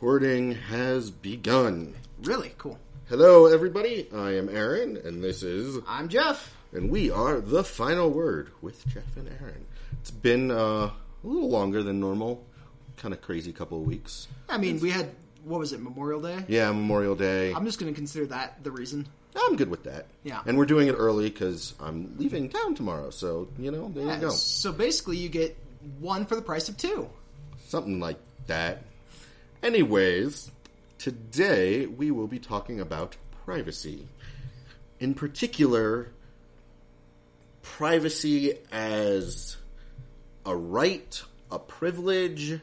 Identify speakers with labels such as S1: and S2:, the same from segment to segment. S1: Recording has begun.
S2: Really cool.
S1: Hello, everybody. I am Aaron, and this is,
S2: I'm Jeff.
S1: and we are the final word with Jeff and Aaron. It's been uh, a little longer than normal. Kind of crazy couple of weeks.
S2: I mean, we had what was it, Memorial Day?
S1: Yeah, Memorial Day.
S2: I'm just going to consider that the reason.
S1: I'm good with that.
S2: Yeah.
S1: and we're doing it early because I'm leaving town tomorrow. So you know, there you go.
S2: Uh, So basically, you get one for the price of two.
S1: something like that. Anyways, today we will be talking about privacy. In particular, privacy as a right, a privilege.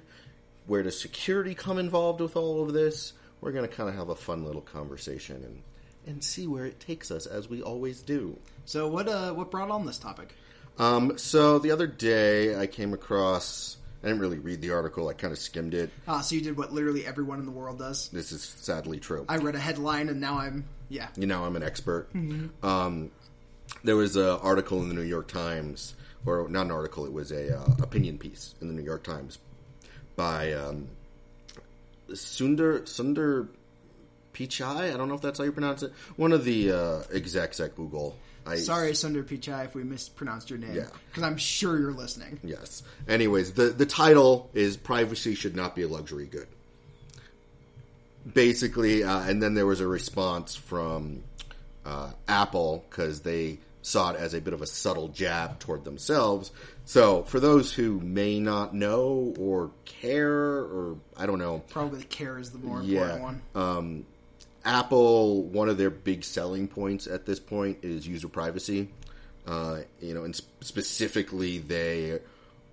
S1: Where does security come involved with all of this? We're going to kind of have a fun little conversation and, and see where it takes us, as we always do.
S2: So what uh what brought on this topic?
S1: Um, so the other day I came across, I didn't really read the article, I kind of skimmed it.
S2: Ah, so you did what literally everyone in the world does.
S1: This is sadly true.
S2: I read a headline and now I'm yeah.
S1: you know I'm an expert.
S2: Mm-hmm.
S1: Um, there was an article in the New York Times, or not an article, it was a uh, opinion piece in the New York Times by um, Sundar Sundar Pichai. I don't know if that's how you pronounce it. One of the uh, execs at Google. I,
S2: Sorry, Sundar Pichai, if we mispronounced your name.
S1: Yeah.
S2: Because I'm sure you're listening.
S1: Yes. Anyways, the the title is "Privacy Should Not Be a Luxury Good." Basically, uh, and then there was a response from uh, Apple because they saw it as a bit of a subtle jab toward themselves. So, for those who may not know or care, or I don't know,
S2: Probably care is the more
S1: yeah,
S2: important one.
S1: um, Apple, one of their big selling points at this point is user privacy. Uh, you know, and sp- specifically, they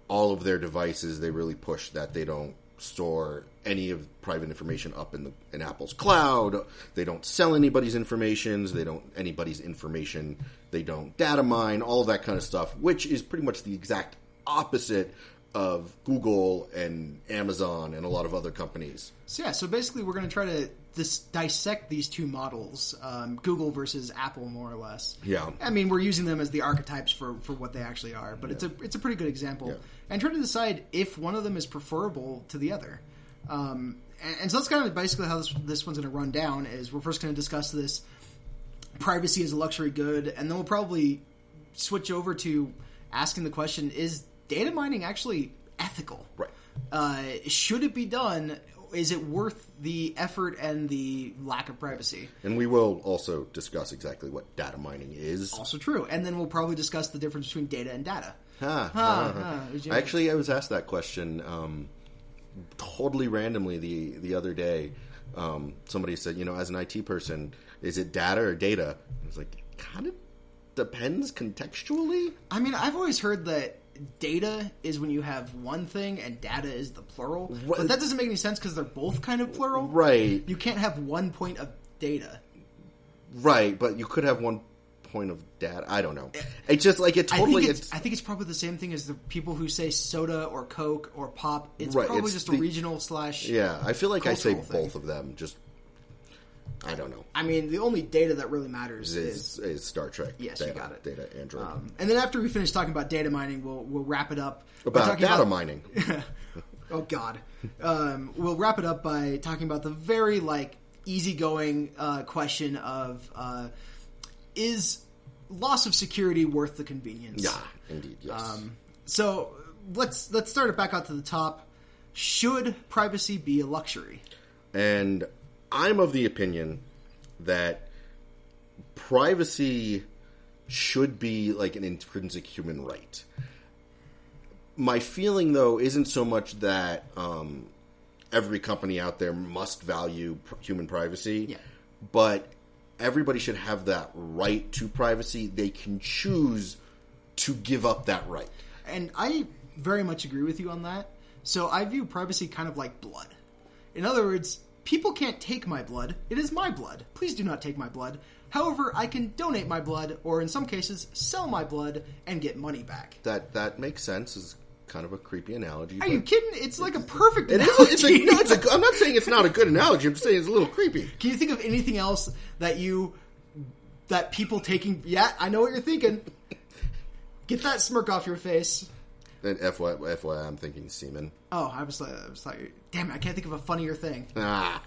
S1: all of their devices they really push that they don't store any of private information up in the in Apple's cloud. They don't sell anybody's information. They don't anybody's information. They don't data mine. All that kind of stuff, which is pretty much the exact opposite of Google and Amazon and a lot of other companies.
S2: So yeah, so basically we're going to try to dis- dissect these two models, um, Google versus Apple, more or less.
S1: Yeah.
S2: I mean we're using them as the archetypes for, for what they actually are, but it's a it's a pretty good example,
S1: Yeah.
S2: and try to decide if one of them is preferable to the other. Um, and, and so that's kind of basically how this this one's going to run down. Is we're first going to discuss this privacy as a luxury good, and then we'll probably switch over to asking the question: Is data mining actually ethical?
S1: Right.
S2: uh, should it be done? Is it worth the effort and the lack of privacy?
S1: And we will also discuss exactly what data mining is.
S2: Also true. And then we'll probably discuss the difference between data and data.
S1: Huh,
S2: Huh,
S1: huh, huh.
S2: huh, would you-
S1: Actually, I was asked that question um, totally randomly the the other day. Um, somebody said, you know, as an IT person, is it data or data? I was like, kind of depends contextually.
S2: I mean, I've always heard that data is when you have one thing and data is the plural,
S1: What-
S2: but that doesn't make any sense because they're both kind of plural.
S1: Right,
S2: You can't have one point of data.
S1: right, but you could have one point of data. I don't know. It just like it
S2: I
S1: totally.
S2: think it's,
S1: it's,
S2: I think it's probably the same thing as the people who say soda or Coke or pop. It's
S1: Right,
S2: probably
S1: it's
S2: just a
S1: the-
S2: regional slash.
S1: yeah, I feel like I say
S2: cultural thing.
S1: both of them. Just I don't know.
S2: I mean, the only data that really matters
S1: Is
S2: is
S1: is Star Trek?
S2: Yes, you
S1: data,
S2: got it.
S1: Data Android.
S2: Um, and then after we finish talking about data mining, we'll we'll wrap it up by
S1: about
S2: talking
S1: data mining.
S2: Oh God, um, we'll wrap it up by talking about the very like easygoing uh, question of uh, is loss of security worth the convenience?
S1: Yeah, indeed. Yes.
S2: Um, So let's let's start it back out to the top. Should privacy be a luxury?
S1: and I'm of the opinion that privacy should be like an intrinsic human right. My feeling, though, isn't so much that um, every company out there must value pr- human privacy,
S2: Yeah.
S1: but everybody should have that right to privacy. They can choose to give up that right.
S2: And I very much agree with you on that. So I view privacy kind of like blood. In other words, people can't take my blood. It is my blood. Please do not take my blood. However, I can donate my blood, or in some cases, sell my blood and get money back.
S1: That that makes sense. Is kind of a creepy analogy.
S2: Are
S1: but-
S2: you kidding? It's like a perfect
S1: It is. It's a,
S2: analogy.
S1: no, it's a, I'm not saying it's not a good analogy. I'm just saying it's a little creepy.
S2: Can you think of anything else that you that people taking? Yeah, I know what you're thinking. Get that smirk off your face.
S1: And FY, FYI, I'm thinking semen.
S2: Oh, I was like, I was like, damn it, I can't think of a funnier thing.
S1: Ah,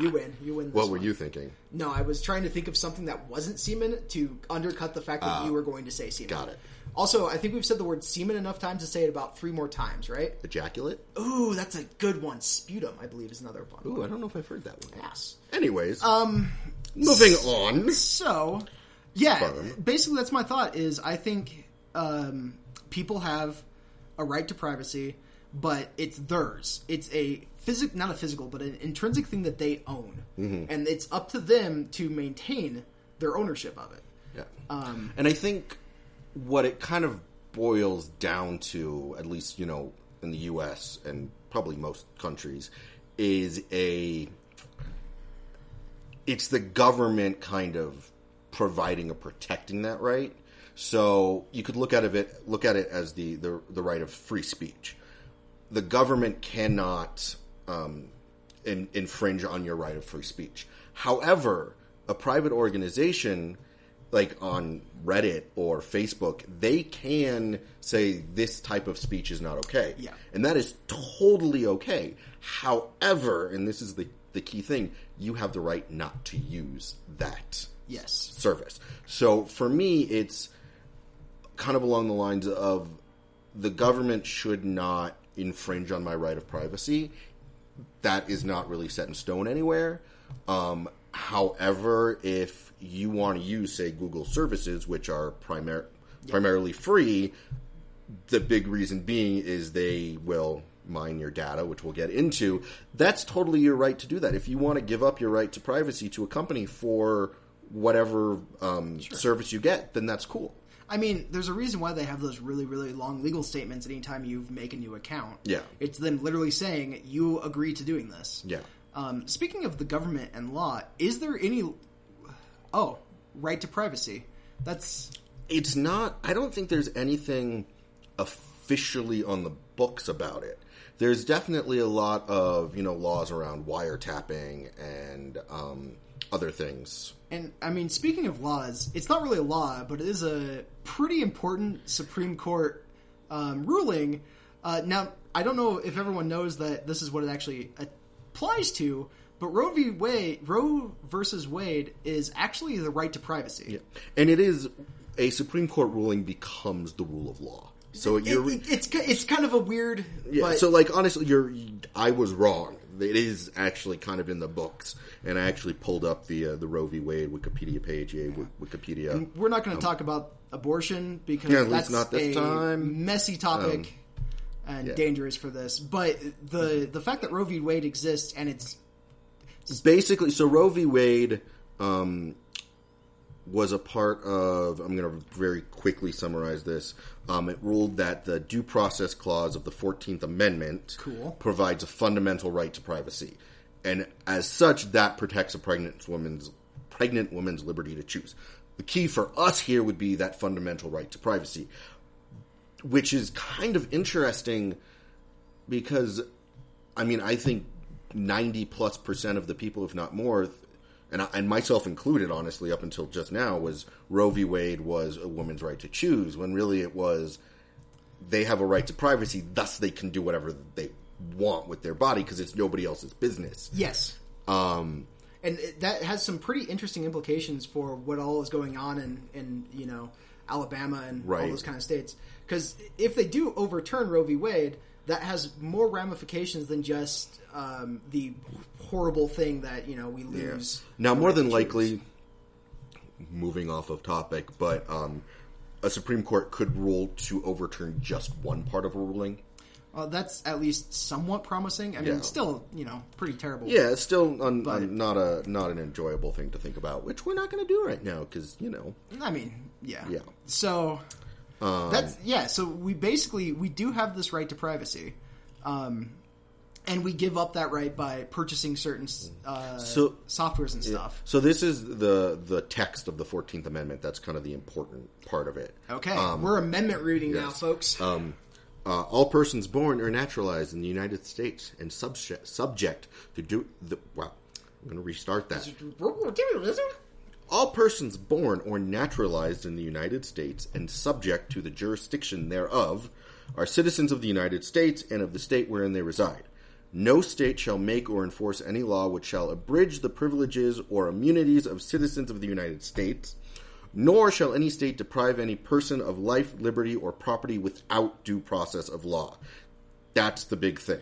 S2: You win, you win. This
S1: what were
S2: one.
S1: you thinking?
S2: No, I was trying to think of something that wasn't semen to undercut the fact that you were going to say semen.
S1: Ah. Got it.
S2: Also, I think we've said the word semen enough times to say it about three more times, right?
S1: Ejaculate?
S2: Ooh, that's a good one. Sputum, I believe, is another one.
S1: Ooh, I don't know if I've heard that one.
S2: Ass.
S1: Anyways, um, moving on.
S2: So, yeah,
S1: Sperm.
S2: basically that's my thought is I think um, people have a right to privacy, but it's theirs. It's a physic not a physical, but an intrinsic thing that they own.
S1: Mm-hmm.
S2: And it's up to them to maintain their ownership of it.
S1: Yeah.
S2: um,
S1: and I think what it kind of boils down to, at least, you know, in the US and probably most countries, is a it's the government kind of providing or protecting that right. So you could look at it look at it as the the, the right of free speech. The government cannot um, in, infringe on your right of free speech. However, a private organization like on Reddit or Facebook, they can say this type of speech is not okay.
S2: Yeah.
S1: And that is totally okay. However, and this is the, the key thing, you have the right not to use that
S2: Yes.
S1: service. So for me, it's kind of along the lines of the government should not infringe on my right of privacy. That is not really set in stone anywhere. Um, however, if you want to use, say, Google services, which are primar- primarily free, the big reason being is they will mine your data, which we'll get into. That's totally your right to do that. If you want to give up your right to privacy to a company for whatever um, service you get, then that's cool.
S2: I mean, there's a reason why they have those really, really long legal statements anytime you make a new account.
S1: Yeah.
S2: It's them literally saying, you agree to doing this.
S1: Yeah.
S2: Um, speaking of the government and law, is there any. Oh, right to privacy. That's.
S1: It's not, I don't think there's anything officially on the books about it. There's definitely a lot of, you know, laws around wiretapping and um, other things.
S2: And I mean, speaking of laws, it's not really a law, but it is a pretty important Supreme Court um, ruling. Uh, now, I don't know if everyone knows that this is what it actually applies to, but Roe v. Wade, Roe versus Wade, is actually the right to privacy.
S1: And it is a Supreme Court ruling becomes the rule of law. So
S2: It-
S1: you're
S2: it- it's ki- it's kind of a weird.
S1: yeah,
S2: but,
S1: so like honestly you're I was wrong. It is actually kind of in the books and I actually pulled up the uh, the Roe v Wade Wikipedia page, yeah, Wik- Wikipedia.
S2: We're not going to talk about abortion because
S1: Yeah, at least
S2: that's
S1: Um, not this
S2: a
S1: time. Um,
S2: messy topic and dangerous for this. But the the fact that Roe v. Wade exists and it's
S1: Basically so Roe v Wade um was a part of I'm going to very quickly summarize this. Um, it ruled that the due process clause of the 14th amendment
S2: Cool.
S1: provides a fundamental right to privacy, and as such, that protects a pregnant woman's pregnant woman's liberty to choose. The key for us here would be that fundamental right to privacy, which is kind of interesting because, I mean, I think ninety plus percent of the people, if not more, th- and I, and myself included, honestly, up until just now, was Roe v. Wade was a woman's right to choose when really it was they have a right to privacy, thus they can do whatever they want with their body because it's nobody else's business.
S2: yes,
S1: Um,
S2: and it, that has some pretty interesting implications for what all is going on in in you know Alabama and all
S1: Right.
S2: those kind of states. Because if they do overturn Roe v. Wade, that has more ramifications than just um, the horrible thing that you know we lose.
S1: Now, more than likely, moving off of topic, but um, a Supreme Court could rule to overturn just one part of a ruling.
S2: Well, that's at least somewhat promising. I mean,
S1: Yeah.
S2: still, you know, pretty terrible.
S1: Yeah, it's still un, un- not a not an enjoyable thing to think about, which we're not going to do right now because you know.
S2: I mean, yeah.
S1: Yeah. Um,
S2: So that's yeah. So we basically we do have this right to privacy, um, and we give up that right by purchasing certain uh,
S1: So-
S2: softwares and stuff.
S1: So this is the the text of the Fourteenth Amendment. That's kind of the important part of it.
S2: Okay, we're amendment reading now,
S1: Um, yes.
S2: folks.
S1: Um, uh, all persons born or naturalized in the United States and subject, subject to do the wow. I'm going to restart that. All persons born or naturalized in the United States and subject to the jurisdiction thereof are citizens of the United States and of the state wherein they reside. No state shall make or enforce any law which shall abridge the privileges or immunities of citizens of the United States, nor shall any state deprive any person of life, liberty, or property without due process of law. That's the big thing.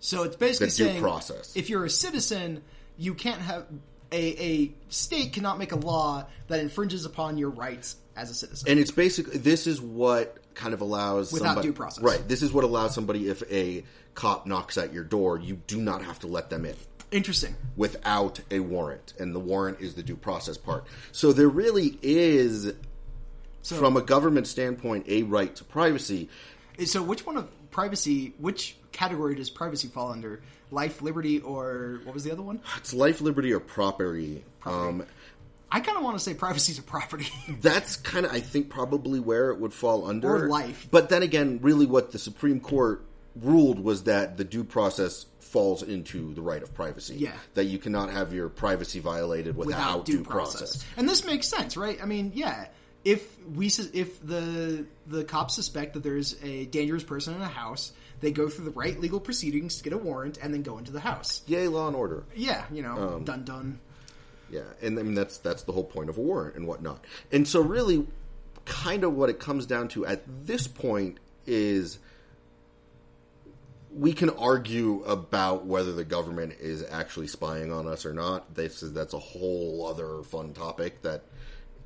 S2: So it's basically
S1: The due
S2: saying
S1: process.
S2: if you're a citizen, you can't have a, a state cannot make a law that infringes upon your rights as a citizen.
S1: And it's basically this is what kind of allows
S2: Without
S1: somebody,
S2: due process.
S1: right? This is what allows somebody if a cop knocks at your door, you do not have to let them in
S2: Interesting.
S1: without a warrant, and the warrant is the due process part. So there really is,
S2: So,
S1: from a government standpoint, a right to privacy.
S2: so which one of privacy? Which category does privacy fall under? Life, liberty, or what was the other one?
S1: It's life, liberty, or property. Um,
S2: I kind of want to say privacy to property.
S1: that's kind of, I think, probably where it would fall under.
S2: Or life.
S1: But then again, really, what the Supreme Court ruled was that the due process falls into the right of privacy.
S2: Yeah.
S1: That you cannot have your privacy violated without,
S2: without
S1: due, process.
S2: And this makes sense, right? I mean, yeah, if we sus- if the the cops suspect that there's a dangerous person in a house, they go through the right legal proceedings to get a warrant and then go into the house.
S1: Yay, law and order.
S2: Yeah, you know,
S1: Um,
S2: dun dun.
S1: Yeah, and I mean that's that's the whole point of a warrant and whatnot. And so, really, kind of what it comes down to at this point is we can argue about whether the government is actually spying on us or not. This is that's a whole other fun topic that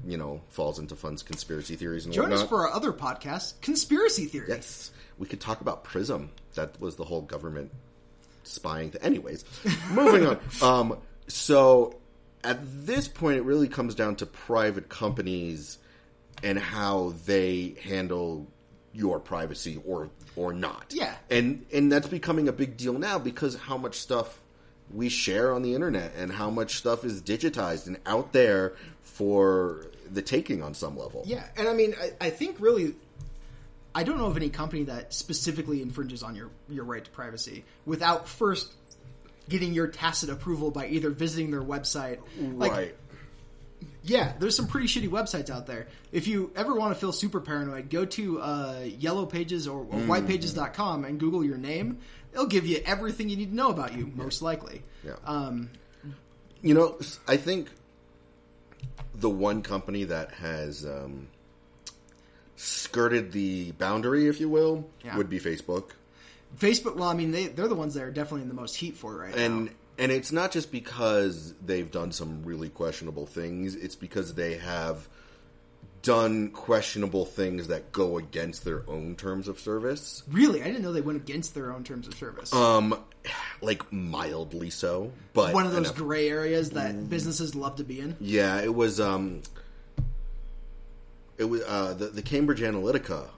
S1: you know falls into fun conspiracy theories and
S2: Join us
S1: whatnot.
S2: for our other podcast, conspiracy theories.
S1: yes, we could talk about Prism. That was the whole government spying. Th- Anyways, moving on. Um, so at this point, it really comes down to private companies and how they handle your privacy or or not.
S2: Yeah.
S1: and and that's becoming a big deal now because how much stuff we share on the internet and how much stuff is digitized and out there for the taking on some level.
S2: Yeah, and I mean, I, I think really, I don't know of any company that specifically infringes on your your right to privacy without first getting your tacit approval by either visiting their website.
S1: right.
S2: Like, yeah, there's some pretty shitty websites out there. If you ever want to feel super paranoid, go to uh, Yellow Pages or, or
S1: Mm.
S2: WhitePages.com and Google your name. It'll give you everything you need to know about you, most likely.
S1: yeah.
S2: Um,
S1: You know, I think the one company that has um, skirted the boundary, if you will,
S2: Yeah.
S1: would be Facebook,
S2: Facebook. Well, I mean, they they're the ones that are definitely in the most heat for it right now.
S1: and and it's not just because they've done some really questionable things; it's because they have done questionable things that go against their own terms of service,
S2: Really, I didn't know they went against their own terms of service.
S1: um, like mildly so. But
S2: one of those
S1: enough-
S2: gray areas
S1: Mm.
S2: that businesses love to be in.
S1: Yeah, it was. Um, it was uh, the the Cambridge Analytica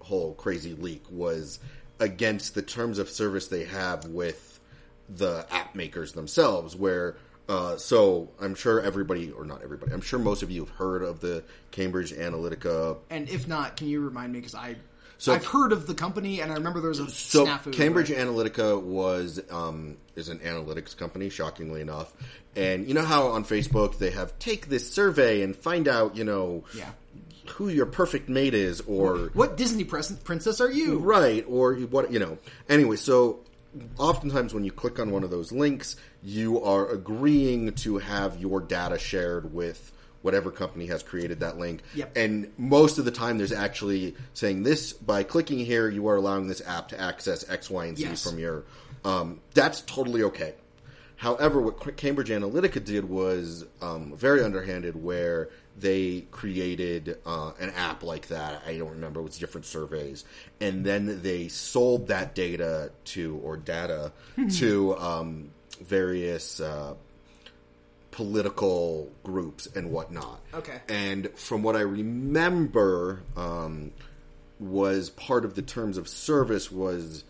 S1: whole crazy leak was against the terms of service they have with the app makers themselves. Where uh, so I'm sure everybody, or not everybody, I'm sure most of you have heard of the Cambridge Analytica.
S2: And if not, can you remind me? Because I,
S1: So-
S2: I've heard of the company, and I remember there was a
S1: So
S2: snafu.
S1: Cambridge
S2: but-
S1: Analytica was um, is an analytics company, shockingly enough. And you know how on Facebook they have take this survey and find out, you know,
S2: yeah.
S1: who your perfect mate is or
S2: What Disney pres- princess are you?
S1: right or you- what you know anyway so oftentimes when you click on one of those links you are agreeing to have your data shared with whatever company has created that link
S2: Yep.
S1: and most of the time there's actually saying this by clicking here you are allowing this app to access x y and z
S2: Yes.
S1: from your um, that's totally okay However, what Cambridge Analytica did was um, very underhanded, where they created uh, an app like that. I don't remember; it was different surveys, and then they sold that data to or data to um, various uh, political groups and whatnot.
S2: Okay.
S1: And from what I remember, um, was part of the terms of service was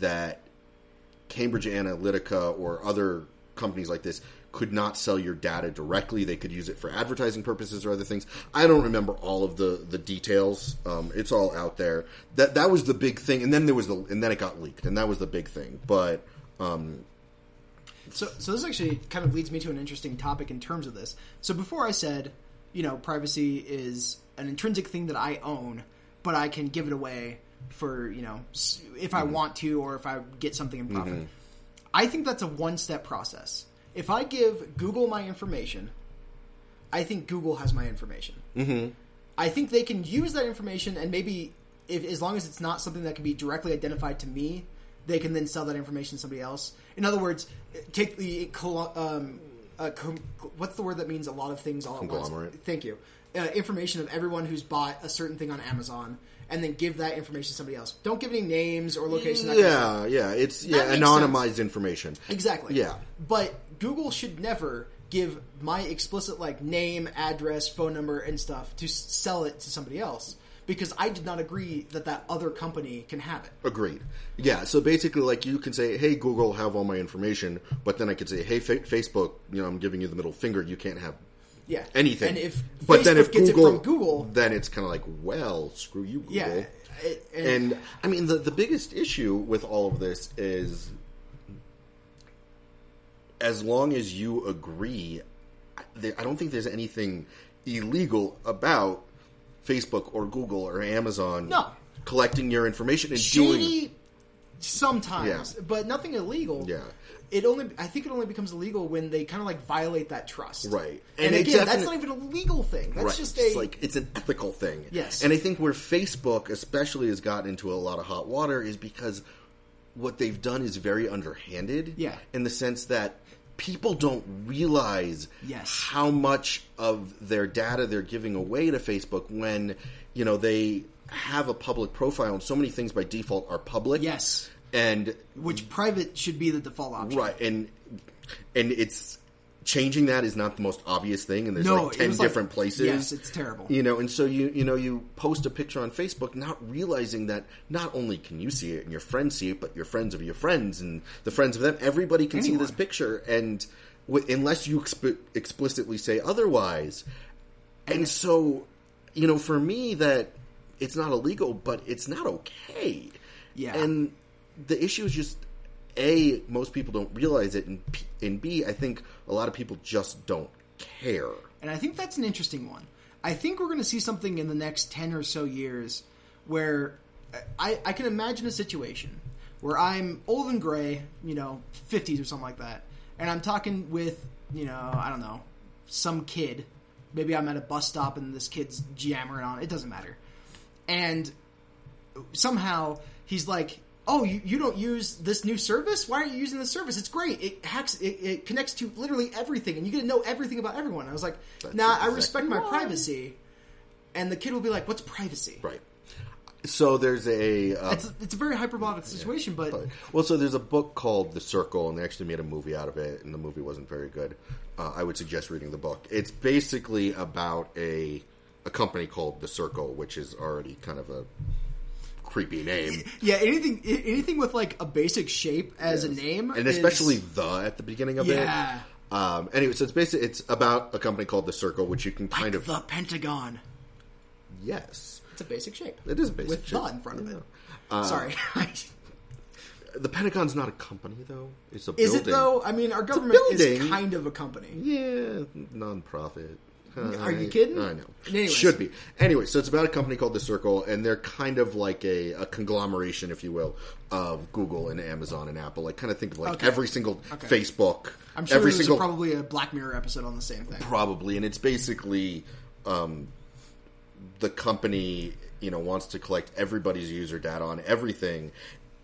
S1: that Cambridge Analytica or other companies like this could not sell your data directly. They could use it for advertising purposes or other things. I don't remember all of the the details. Um, it's all out there. That that was the big thing, and then there was the and then it got leaked, and that was the big thing. But um,
S2: So, so this actually kind of leads me to an interesting topic in terms of this. So before I said, you know, privacy is an intrinsic thing that I own, but I can give it away for you know s- if
S1: Mm-hmm.
S2: I want to or if I get something in profit. I think that's a one step process. If I give Google my information, I think Google has my information. Mm-hmm. I think they can use that information and maybe, if, as long as it's not something that can be directly identified to me, they can then sell that information to somebody else. In other words, take the col- um, uh, com- what's the word that means a lot of things all at once?
S1: Conglomerate.
S2: Thank you. Uh, information of everyone who's bought a certain thing on Amazon, and then give that information to somebody else. Don't give any names or location. that kind of stuff.
S1: Yeah, yeah. It's yeah,
S2: makes
S1: anonymized information.
S2: Exactly.
S1: Yeah.
S2: But Google should never give my explicit like name, address, phone number, and stuff to s- sell it to somebody else because I did not agree that that other company can have it.
S1: Agreed. Yeah. So basically, like you can say, "Hey, Google, have all my information," but then I could say, "Hey, fa- Facebook, you know, I'm giving you the middle finger. You can't have
S2: Yeah.
S1: anything."
S2: And if
S1: but then
S2: Facebook
S1: if
S2: gets
S1: Google,
S2: it from Google,
S1: then it's kind of like, well, screw you, Google.
S2: yeah. it-
S1: And I mean, the, the biggest issue with all of this is as long as you agree, I- there- I don't think there's anything illegal about Facebook or Google or Amazon
S2: No.
S1: collecting your information and doing.
S2: shady sometimes,
S1: Yeah.
S2: but nothing illegal.
S1: Yeah.
S2: It only I think it only becomes illegal when they kind of like violate that trust.
S1: Right.
S2: And,
S1: And it
S2: again, that's
S1: definite-
S2: not even a legal thing. That's
S1: Right.
S2: just
S1: it's
S2: a
S1: like it's an ethical thing.
S2: Yes.
S1: and I think where Facebook especially has gotten into a lot of hot water is because what they've done is very underhanded.
S2: Yeah.
S1: in the sense that people don't realize
S2: Yes.
S1: how much of their data they're giving away to Facebook when you know they have a public profile and so many things by default are public.
S2: Yes.
S1: and
S2: which private should be the default option.
S1: right and and it's changing that is not the most obvious thing and there's
S2: No,
S1: like
S2: it
S1: 10
S2: was like-
S1: different places
S2: yes, it's terrible.
S1: you know and so you you know you post a picture on facebook not realizing that not only can you see it and your friends see it but your friends of your friends and the friends of them everybody can see
S2: Anyone.
S1: this picture and w- unless you exp- explicitly say otherwise and so you know for me that it's not illegal but it's not okay
S2: Yeah.
S1: and the issue is just a most people don't realize it and, P- and b i think a lot of people just don't care
S2: And I think that's an interesting one. I think we're going to see something in the next 10 or so years where uh, I, I can imagine a situation where I'm old and gray, you know, 50s or something like that, and I'm talking with, you know, I don't know, some kid. Maybe I'm at a bus stop and this kid's jammering on. It doesn't matter. And somehow he's like, "Oh, you, you don't use this new service? Why aren't you using this service? It's great. It hacks. It, it connects to literally everything, and you get to know everything about everyone." I was like,
S1: That's
S2: "Nah, I
S1: exactly
S2: respect my privacy." And the kid will be like, "What's privacy?"
S1: right so there's a uh,
S2: It's it's a very hyperbolic situation, but,
S1: well so there's a book called the circle and they actually made a movie out of it and the movie wasn't very good uh, i would suggest reading the book it's basically about a a company called the circle which is already kind of a creepy name
S2: yeah, anything a- anything with like a basic shape as a name,
S1: and
S2: is-
S1: especially the at the beginning of
S2: Yeah.
S1: it. Um, anyway, so it's basically it's about a company called the Circle, which you can kind of
S2: the Pentagon.
S1: yes,
S2: It's a basic shape.
S1: it uh, is basic
S2: with
S1: shape.
S2: the in front of
S1: Yeah.
S2: it. Sorry.
S1: The Pentagon's not a company though; it's a
S2: Is
S1: building.
S2: it though? I mean, our government is
S1: building.
S2: kind of a company.
S1: Yeah, nonprofit.
S2: Are you kidding?
S1: I know.
S2: Anyways.
S1: Should be. Anyway, so it's about a company called The Circle, and they're kind of like a, a conglomeration, if you will, of Google and Amazon and Apple. Like, kind of think of like
S2: Okay.
S1: every single
S2: Okay.
S1: Facebook,
S2: I'm sure
S1: every
S2: there's
S1: single
S2: probably a Black Mirror episode on the same thing.
S1: probably and it's basically um, the company you know wants to collect everybody's user data on everything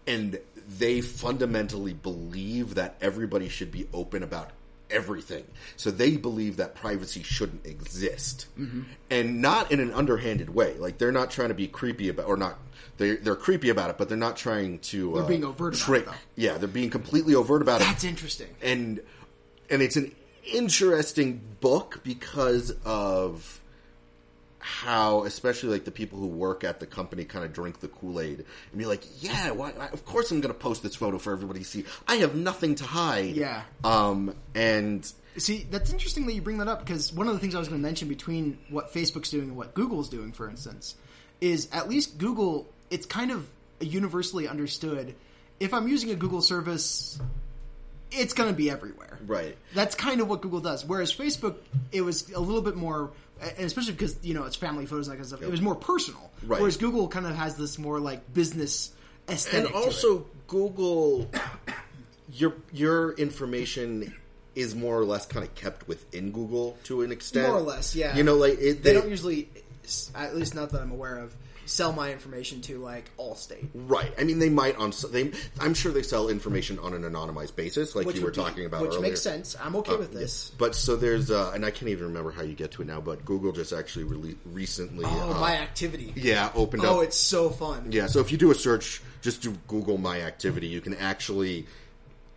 S1: and they fundamentally believe that everybody should be open about everything so they believe that privacy shouldn't exist
S2: Mm-hmm.
S1: and not in an underhanded way like they're not trying to be creepy about or not they're, they're creepy about it but they're not trying to they're
S2: being overt about it,
S1: trick
S2: though.
S1: yeah they're being completely overt about it
S2: That's interesting.
S1: and and it's an interesting book because of how especially like the people who work at the company kind of drink the kool-aid and be like yeah why, why- of course i'm gonna post this photo for everybody to see i have nothing to hide
S2: Yeah.
S1: um and
S2: See, that's interesting that you bring that up because one of the things I was going to mention between what Facebook's doing and what Google's doing, for instance, is at least Google, it's kind of universally understood. If I'm using a Google service, it's going to be everywhere.
S1: right
S2: That's kind of what Google does. Whereas Facebook, it was a little bit more
S3: and especially because you know it's family photos and that kind of stuff.
S1: Yep.
S3: It was more personal,
S1: Right.
S3: whereas Google kind of has this more like business
S1: and
S3: aesthetic. to it.
S1: also Google, your your information is more or less kind of kept within Google to an extent,
S3: More or less, yeah.
S1: You know, like it,
S2: They don't usually, at least not that I'm aware of, sell my information to like Allstate.
S1: Right. I mean, they might on. They, I'm sure they sell information on an anonymized basis, like
S2: Which
S1: you were
S2: would be-
S1: talking about
S2: which
S1: earlier.
S2: makes sense. I'm okay
S1: Uh,
S2: with
S1: yeah.
S2: this.
S1: But so there's, uh, and I can't even remember how you get to it now. But Google just actually rele recently,
S2: Oh,
S1: uh,
S2: my activity.
S1: yeah, opened
S2: Oh,
S1: up.
S2: it's so fun.
S1: yeah. So if you do a search, just do Google My Activity, you can actually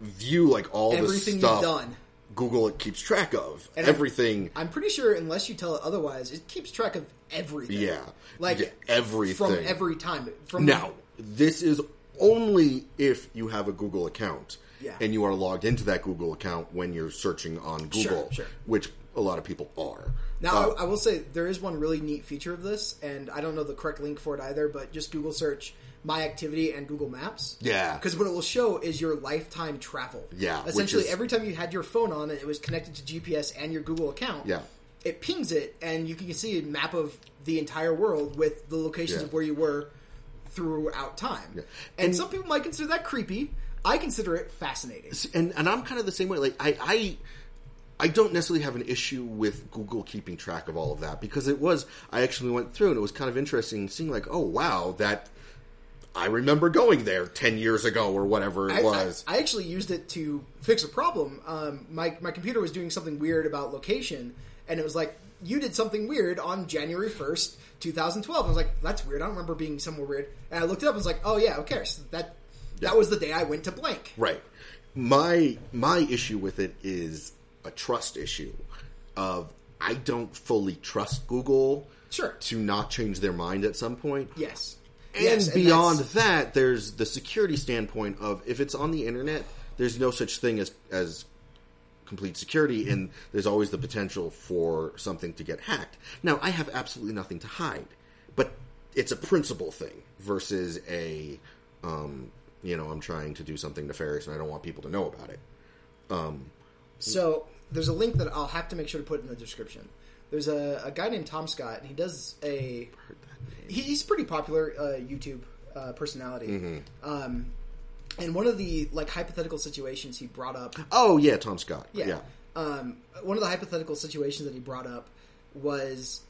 S1: view like all
S2: Everything
S1: the
S2: you've
S1: stuff
S2: done.
S1: Google it keeps track of
S2: And I'm-
S1: everything.
S2: I'm pretty sure, unless you tell it otherwise, it keeps track of everything.
S1: yeah,
S2: like
S1: Yeah, everything
S2: from every time. From
S1: Now, this is only if you have a Google account
S2: Yeah.
S1: and you are logged into that Google account when you're searching on
S2: Sure,
S1: Google,
S2: sure.
S1: which a lot of people are.
S2: Now,
S1: Uh,
S2: I, I will say there is one really neat feature of this, and I don't know the correct link for it either, but just Google search my activity and Google Maps.
S1: Yeah.
S2: Because what it will show is your lifetime travel.
S1: Yeah, which
S2: Essentially,
S1: is-
S2: every time you had your phone on and it was connected to GPS and your Google account,
S1: Yeah.
S2: it pings it, and you can see a map of the entire world with the locations
S1: Yeah.
S2: of where you were throughout time. And,
S1: And-
S2: some people might consider that creepy. I consider it fascinating.
S1: and and I'm kind of the same way. Like I I I don't necessarily have an issue with Google keeping track of all of that because it was I actually went through and it was kind of interesting seeing like oh wow that I remember going there ten years ago or whatever it
S2: I-
S1: was.
S2: I, I actually used it to fix a problem. Um, my my computer was doing something weird about location, and it was like you did something weird on January first, two thousand twelve. I was like, that's weird. I don't remember being somewhere weird. And I looked it up. and was like, oh yeah, okay, so that
S1: Yeah.
S2: that was the day I went to blank.
S1: Right. My my issue with it is a trust issue of I don't fully trust Google
S2: Sure.
S1: to not change their mind at some point.
S2: Yes,
S1: And
S2: Yes,
S1: beyond
S2: that's-
S1: that, there's the security standpoint of if it's on the internet, there's no such thing as as complete
S2: Mm-hmm.
S1: security, and there's always the potential for something to get hacked. Now, I have absolutely nothing to hide, but it's a principle thing versus a, um, you know, I'm trying to do something nefarious and I don't want people to know about it.
S2: So there's a link that I'll have to make sure to put in the description. There's a, a guy named Tom Scott, and he does a. He, he's a pretty popular uh, YouTube uh, personality. Um, and one of the like hypothetical situations he brought up,
S1: Oh yeah, Tom Scott.
S2: yeah,
S1: Yeah,
S2: Um, one of the hypothetical situations that he brought up was,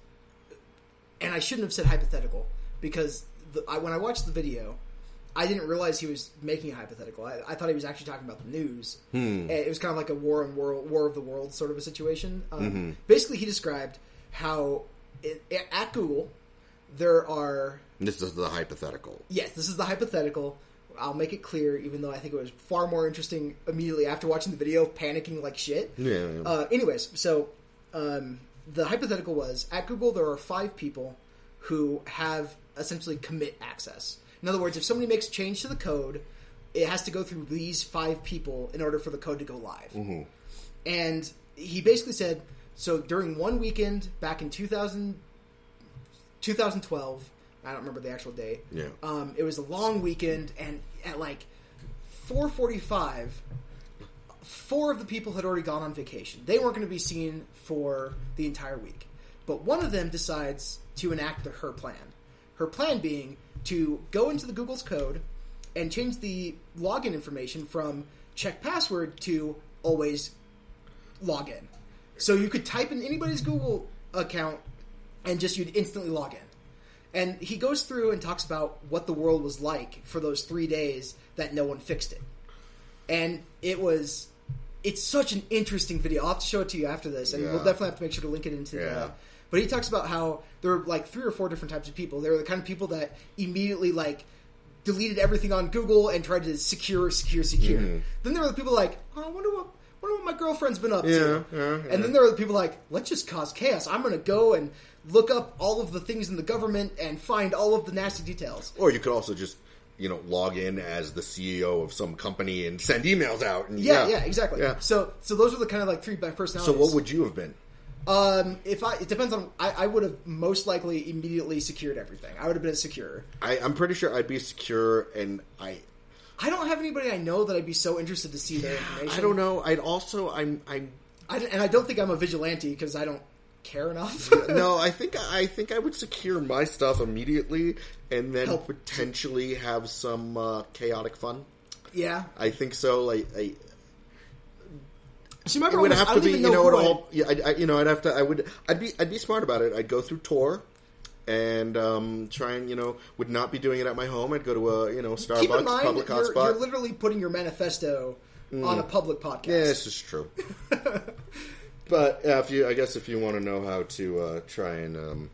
S2: and I shouldn't have said hypothetical because the, I, when I watched the video, I didn't realize he was making a hypothetical. I, I thought he was actually talking about the news. And It was kind of like a war and world, war of the world sort of a situation. Um, Basically, he described how it, at Google there are
S1: this is the hypothetical.
S2: yes, this is the hypothetical. I'll make it clear, even though I think it was far more interesting immediately after watching the video, panicking like shit.
S1: Yeah, yeah.
S2: Uh, anyways, so um, the hypothetical was at Google, there are five people who have essentially commit access. In other words, if somebody makes change to the code, it has to go through these five people in order for the code to go live. And he basically said so during one weekend back in 2000, 2012, I don't remember the actual day.
S1: Yeah.
S2: Um, it was a long weekend, and at like 4:45, four of the people had already gone on vacation. They weren't going to be seen for the entire week. But one of them decides to enact the, her plan. Her plan being to go into the Google's code and change the login information from check password to always log in. So you could type in anybody's Google account and just you'd instantly log in. And he goes through and talks about what the world was like for those three days that no one fixed it. And it was, it's such an interesting video. I'll have to show it to you after this, and we'll
S1: Yeah.
S2: definitely have to make sure to link it into
S1: Yeah.
S2: the. But he talks about how there were like three or four different types of people. There were the kind of people that immediately like deleted everything on Google and tried to secure, secure, secure.
S1: Mm-hmm.
S2: Then there were the people like, oh, I wonder what, wonder what my girlfriend's been up to.
S1: Yeah, yeah, yeah.
S2: And then there are the people like, let's just cause chaos. I'm going to go and look up all of the things in the government and find all of the nasty details.
S1: Or you could also just you know log in as the CEO of some company and send emails out. And,
S2: Yeah, yeah, exactly.
S1: Yeah.
S2: So, so those are the kind of like three back
S1: So
S2: personalities.
S1: what would you have been?
S2: um, if I? It depends on. I, I would have most likely immediately secured everything. I would have been a securer.
S1: I, I'm pretty sure I'd be secure, and I
S2: I don't have anybody I know that I'd be so interested to see their information.
S1: I don't know. I'd also I'm I'm
S2: I, and I don't think I'm a vigilante because I don't care enough.
S1: no, I think I think I would secure my stuff immediately and then
S2: Help.
S1: potentially have some uh, chaotic fun.
S2: yeah,
S1: I think so. Like I,
S4: See, my
S1: it
S4: problem
S1: would
S4: is
S1: have
S4: I
S1: to
S4: don't
S1: be,
S4: even
S1: you know,
S4: who
S1: it
S4: I-
S1: all. Yeah, I, I, you know, I'd have to. I would. I'd be. I'd be smart about it. I'd go through Tor, and um, try and you know, would not be doing it at my home. I'd go to a you know Starbucks
S2: keep in mind
S1: public
S2: that you're,
S1: hotspot. Mm.
S2: you're literally putting your manifesto on a public podcast.
S1: yeah, this is true. but uh, if you, I guess, if you want to know how to uh, try and um,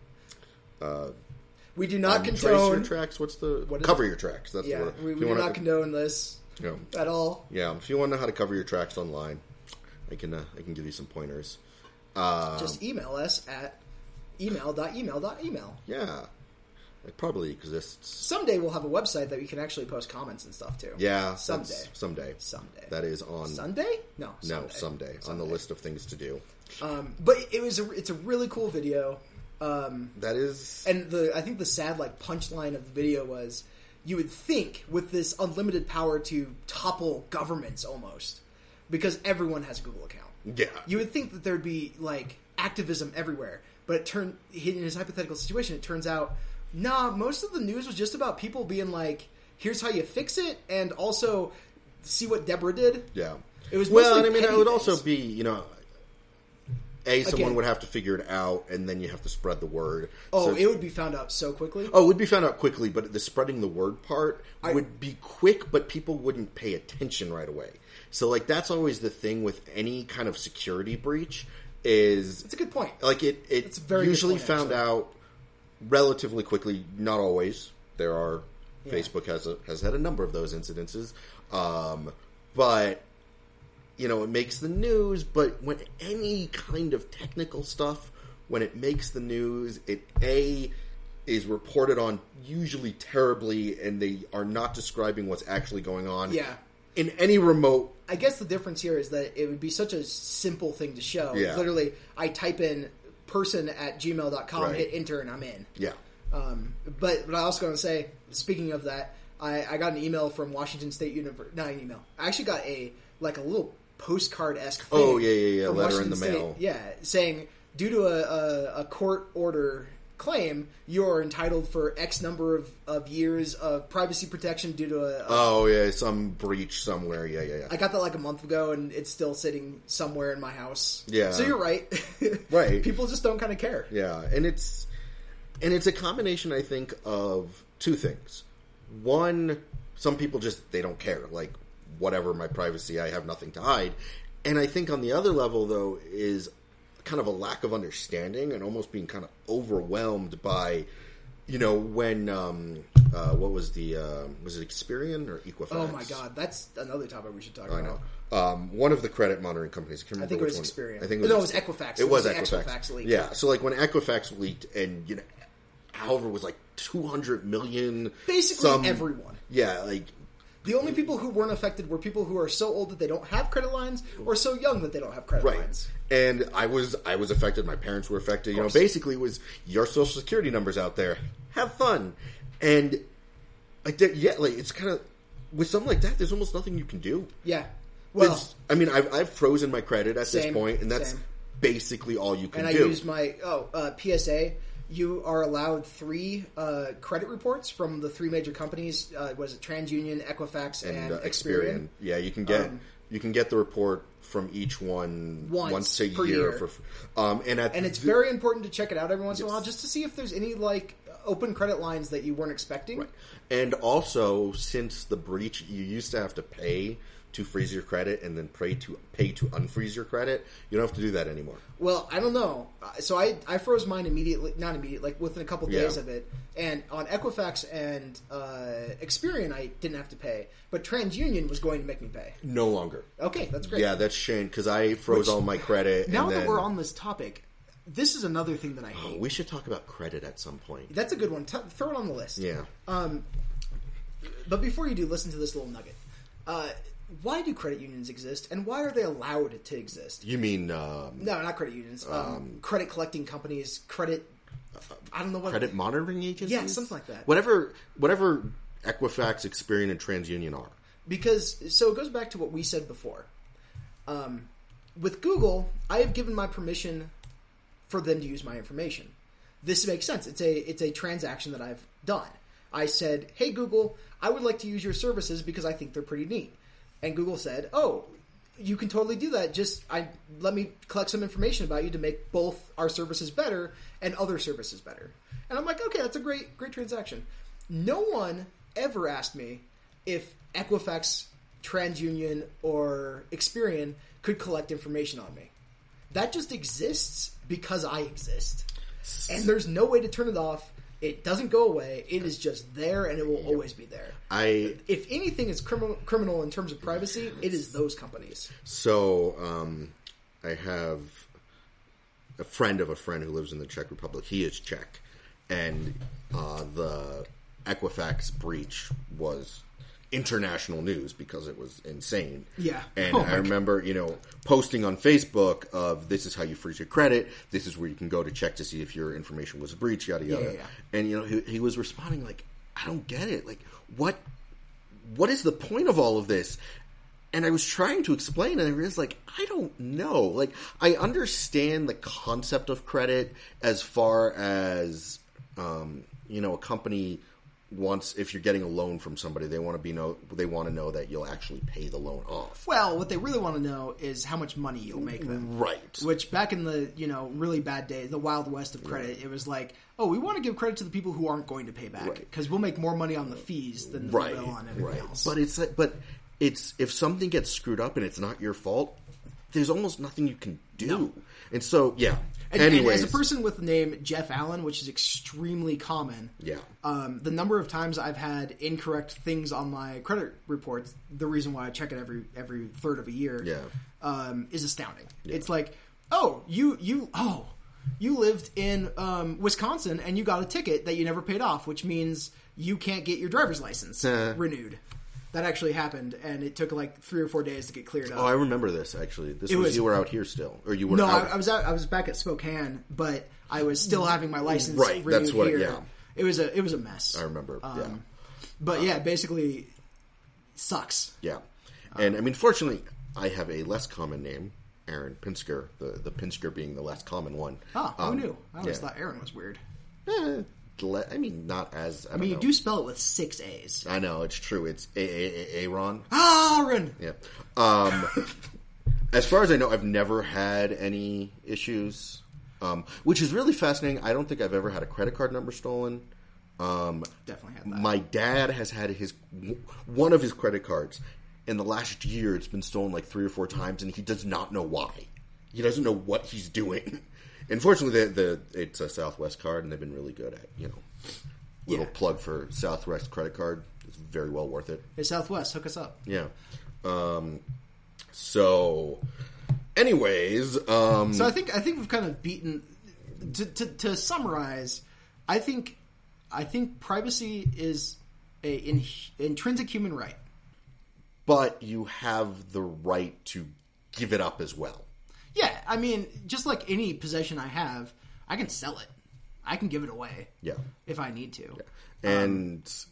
S2: We do not
S1: trace your
S2: condone.
S1: tracks, what's the
S2: What is
S1: cover your tracks? That's the
S2: Yeah,
S1: word.
S2: we,
S1: If you
S2: we do
S1: wanna-
S2: not condone this
S1: yeah.
S2: at all.
S1: Yeah, if you want to know how to cover your tracks online, I can uh, I can give you some pointers. Uh,
S2: Just email us at email.email.email.
S1: yeah, it probably exists.
S2: Someday we'll have a website that we can actually post comments and stuff to.
S1: Yeah,
S2: Someday.
S1: that's- someday,
S2: Someday.
S1: That is on
S2: Sunday? No.
S1: no someday, on the list of things to do.
S2: Um, but it was a, it's a really cool video. Um,
S1: That is
S2: and the I think the sad like punchline of the video was you would think with this unlimited power to topple governments almost because everyone has a Google account.
S1: yeah.
S2: You would think that there'd be like activism everywhere, but it turned in his hypothetical situation, it turns out nah. Most of the news was just about people being like, "Here's how you fix it," and also see what Deborah did.
S1: yeah.
S2: It was
S1: well, and I
S2: mostly
S1: mean, it
S2: petty
S1: would
S2: things.
S1: also be you know. A, someone
S2: Again.
S1: would have to figure it out, and then you have to spread the word.
S2: Oh,
S1: So-
S2: it would be found out so quickly.
S1: Oh, it would be found out quickly, but the spreading the word part would be quick, but people wouldn't pay attention right away. So, like, that's always the thing with any kind of security breach is
S2: It's a good point.
S1: like it. It's
S2: a very good
S1: usually
S2: point,
S1: found
S2: actually.
S1: out relatively quickly. Not always. There are Facebook has a, has had a number of those incidences, um, but you know, it makes the news, but when any kind of technical stuff, when it makes the news, it A is reported on usually terribly and they are not describing what's actually going on.
S2: Yeah.
S1: In any remote
S2: I guess the difference here is that it would be such a simple thing to show.
S1: Yeah.
S2: Literally, I type in person at gmail.com,
S1: Right.
S2: hit enter, and I'm in.
S1: Yeah.
S2: Um, but, but I also going to say, speaking of that, I, I got an email from Washington State University. Not an email. I actually got a like a little postcard esque.
S1: Oh, yeah, yeah, yeah, letter in the mail.
S2: Yeah, saying due to a, a, a court order claim, you are entitled for X number of, of years of privacy protection due to a, a
S1: Oh yeah, some breach somewhere. Yeah, yeah, yeah.
S2: I got that like a month ago, and it's still sitting somewhere in my house.
S1: Yeah.
S2: So you're right.
S1: Right.
S2: People just don't kind of care.
S1: Yeah, and it's and it's a combination, I think, of two things. One, some people just they don't care, like whatever my privacy, I have nothing to hide. And I think on the other level, though, is kind of a lack of understanding and almost being kind of overwhelmed by, you know, when um, uh, what was the um was it Experian or Equifax?
S2: Oh my god, that's another topic we should talk
S1: I
S2: about.
S1: know. Um, one of the credit monitoring companies. I, can't
S2: I
S1: remember
S2: think it
S1: which
S2: was
S1: one.
S2: Experian.
S1: I think it was,
S2: No, it was Equifax.
S1: It,
S2: It
S1: was,
S2: was the
S1: Equifax.
S2: Equifax leak.
S1: Yeah. So like when Equifax leaked, and you know, Alver was like two hundred million.
S2: Basically
S1: some-
S2: everyone.
S1: Yeah. Like
S2: The only people who weren't affected were people who are so old that they don't have credit lines, or so young that they don't have credit
S1: right.
S2: lines.
S1: And I was I was affected. My parents were affected. You know,
S2: course.
S1: basically it was your social security numbers out there. Have fun. And like that, yeah, like it's kind of with something like that. There's almost nothing you can do.
S2: Yeah. Well,
S1: It's- I mean, I've, I've frozen my credit at this
S2: Same,
S1: point, and that's
S2: same.
S1: basically all you can
S2: and I
S1: do.
S2: used my oh uh, PSA. You are allowed three uh, credit reports from the three major companies. Uh, was it TransUnion, Equifax, and,
S1: and uh,
S2: Experian?
S1: Experian. Yeah, you can get
S2: Um,
S1: you can get the report from each one once,
S2: Once
S1: a
S2: per
S1: year,
S2: year.
S1: for um and at
S2: and it's
S1: the-
S2: very important to check it out every once in a while just to see if there's any like open credit lines that you weren't expecting.
S1: and also since the breach you used to have to pay to freeze your credit and then pray to pay to unfreeze your credit. You don't have to do that anymore.
S2: Well, I don't know. Uh, So I I froze mine immediately, not immediately, like within a couple days
S1: Yeah.
S2: of it. And on Equifax and uh, Experian, I didn't have to pay, but TransUnion was going to make me pay.
S1: No longer.
S2: Okay, that's great.
S1: Yeah, that's shame because I froze all my credit.
S4: Now
S1: and
S4: that
S1: then- Oh,
S4: we're on this topic, this is another thing that I hate.
S1: we should talk about credit at some point.
S2: That's a good one. T- throw it on the list.
S1: Yeah.
S2: But before you do, listen to this little nugget. Uh, why do credit unions exist, and why are they allowed to exist?
S1: you mean um,
S2: No, not credit unions. Um, credit collecting companies, credit. I don't know what
S1: credit monitoring agencies?
S2: Yeah, something like that.
S1: Whatever, whatever Equifax, Experian, and TransUnion are.
S2: because so it goes back to what we said before. Um, with Google, I have given my permission
S5: for them to use my information. This makes sense. It's a it's a transaction that I've done. I said, "Hey Google, I would like to use your services because I think they're pretty neat." And Google said, "Oh, you can totally do that. Just I let me collect some information about you to make both our services better and other services better." And I'm like, "Okay, that's a great great transaction." No one ever asked me if Equifax, TransUnion, or Experian could collect information on me. That just exists because I exist. And there's no way to turn it off. It doesn't go away. It is just there and it will always be there.
S1: I
S5: If anything is criminal, criminal in terms of privacy, it is those companies.
S1: So um, I have a friend of a friend who lives in the Czech Republic. He is Czech, and uh, the Equifax breach was international news because it was insane.
S5: Yeah.
S1: and I remember you know posting on Facebook of this is how you freeze your credit. This is where you can go to check to see if your information was breached. Yada yada.
S5: yeah, yeah.
S1: And you know he, he was responding like, I don't get it. Like what what is the point of all of this? And I was trying to explain, and I realized, like, I don't know. Like, I understand the concept of credit as far as, um, you know, a company wants if you're getting a loan from somebody, they want to be know they want to know that you'll actually pay the loan off.
S2: Well, what they really want to know is how much money you'll make them.
S1: Right.
S2: Which back in the you know really bad days, the wild west of credit, it was like, oh, we want to give credit to the people who aren't going to pay back
S1: Right.
S2: because we'll make more money on the fees than we
S1: right.
S2: will on everything
S1: right.
S2: else.
S1: But it's like, but it's if something gets screwed up and it's not your fault, there's almost nothing you can do. And so, yeah.
S2: and, and
S1: Anyways,
S2: as a person with the name Jeff Allen, which is extremely common,
S1: Yeah.
S2: um, the number of times I've had incorrect things on my credit reports, the reason why I check it every every third of a year,
S1: Yeah.
S2: um, is astounding. It's like, oh, you you oh, you lived in um, Wisconsin and you got a ticket that you never paid off, which means you can't get your driver's license renewed. That actually happened, and it took like three or four days to get cleared up.
S1: Oh, I remember this actually. This
S2: It
S1: was,
S2: was-
S1: you were out here still, or you were
S2: No,
S1: out.
S2: I, I was out, I was back at Spokane, but I was still having my license
S1: Mm. Right,
S2: right.
S1: that's
S2: renewed
S1: what-
S2: here.
S1: yeah.
S2: It was a it was a mess. Um,
S1: I remember. Uh,
S2: But yeah, basically sucks.
S1: yeah, yeah.
S2: uh,
S1: And I mean, fortunately, I have a less common name, Aaron Pinsker. The the Pinsker being the less common one.
S2: Ah,
S1: Um,
S2: who knew? I always
S1: yeah.
S2: thought Aaron was weird.
S1: Eh, le- I mean, not as. I,
S2: I
S1: don't
S2: mean, you
S1: know.
S2: do spell it with six A's. Ah,
S1: I know it's true. It's a a a Aaron.
S2: Aaron.
S1: Yeah. Um, as far as I know, I've never had any issues, um, which is really fascinating. I don't think I've ever had a credit card number stolen. Um,
S2: Definitely had that.
S1: my dad has had his one of his credit cards in the last year. It's been stolen like three or four times, and he does not know why. He doesn't know what he's doing. Unfortunately, the, the it's a Southwest card, and they've been really good at you know. Little
S2: Yeah.
S1: plug for Southwest credit card. It's very well worth it.
S2: Hey, Southwest, hook us up.
S1: Yeah. Um, so, anyways, um,
S2: So I think I think we've kind of beaten. To, to, to summarize, I think I think privacy is a in, intrinsic human right.
S1: but you have the right to give it up as well.
S2: Yeah, I mean, just like any possession I have, I can sell it. I can give it away
S1: Yeah.
S2: if I need to.
S1: And
S2: Um,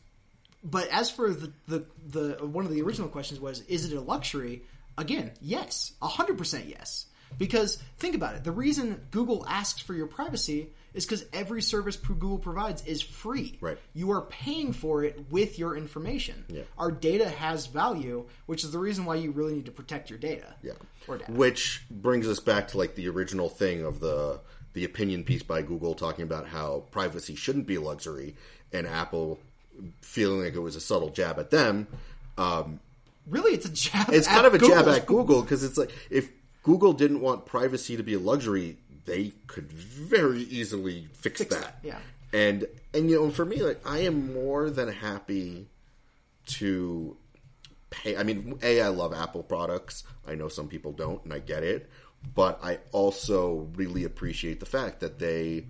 S2: But as for the, the the one of the original questions was, is it a luxury? Again, yes, hundred percent yes. Because think about it, the reason Google asks for your privacy is because every service pro- Google provides is free.
S1: Right.
S2: You are paying for it with your information.
S1: Yeah.
S2: Our data has value, which is the reason why you really need to protect your data.
S1: yeah,
S2: Or data.
S1: which brings us back to like the original thing of the the opinion piece by Google talking about how privacy shouldn't be a luxury, and Apple feeling like it was a subtle jab at them. Um,
S2: Really, it's a jab.
S1: it's
S2: at
S1: kind of a jab
S2: Google.
S1: at Google because it's like if Google didn't want privacy to be a luxury, they could very easily fix, that.
S2: that, yeah.
S1: And and you know, for me, like I am more than happy to pay. I mean, a I love Apple products. I know some people don't, and I get it. But I also really appreciate the fact that they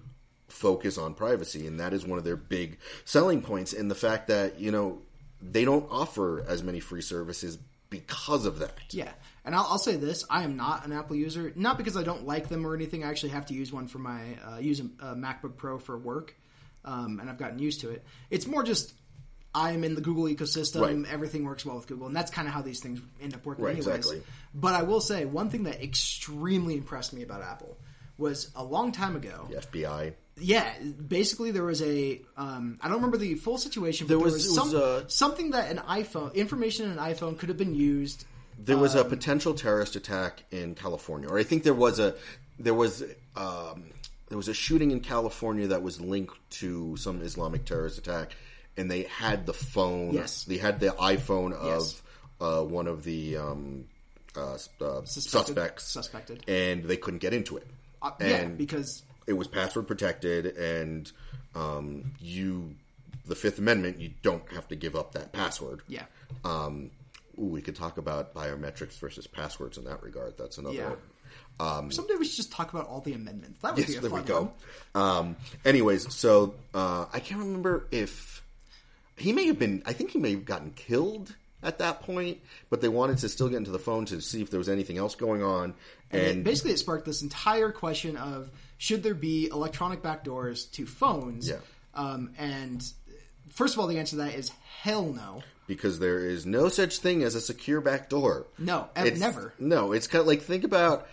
S1: focus on privacy, and that is one of their big selling points. And the fact that you know they don't offer as many free services because of that.
S2: Yeah, and I'll, I'll say this: I am not an Apple user, not because I don't like them or anything. I actually have to use one for my uh, use a, a MacBook Pro for work, um, and I've gotten used to it. It's more just I'm in the Google ecosystem;
S1: Right.
S2: everything works well with Google, and that's kind of how these things end up working,
S1: Right,
S2: anyways.
S1: exactly.
S2: But I will say one thing that extremely impressed me about Apple was a long time ago.
S1: The FBI.
S2: Yeah, basically there was a um, I don't remember the full situation, but there was,
S1: was- it was,
S2: some-
S1: uh,
S2: something that an iPhone information in an iPhone could have been used.
S1: There was
S2: Um,
S1: a potential terrorist attack in California, or I think there was a there was um, there was a shooting in California that was linked to some Islamic terrorist attack, and they had the phone.
S2: Yes.
S1: they had the iPhone
S2: Yes.
S1: of uh, one of the um, uh, s- uh,
S2: Suspected-
S1: suspects,
S2: suspected.
S1: and they couldn't get into it.
S2: Uh, yeah,
S1: and
S2: because
S1: it was password protected, and um, you, the Fifth Amendment, you don't have to give up that password.
S2: yeah.
S1: Um, ooh, we could talk about biometrics versus passwords in that regard. That's another.
S2: Yeah. Someday we should just talk about all the amendments. That would
S1: um, Yes,
S2: be
S1: there
S2: a
S1: we
S2: fun one.
S1: go. Um, anyways, so uh, I can't remember if he may have been. I think he may have gotten killed at that point, but they wanted to still get into the phone to see if there was anything else going on.
S2: And
S1: And
S2: basically, it sparked this entire question of should there be electronic backdoors to phones?
S1: Yeah.
S2: Um, and first of all, the answer to that is hell no.
S1: because there is no such thing as a secure back door.
S2: No, ev-
S1: It's-
S2: never.
S1: No, it's kind of like think about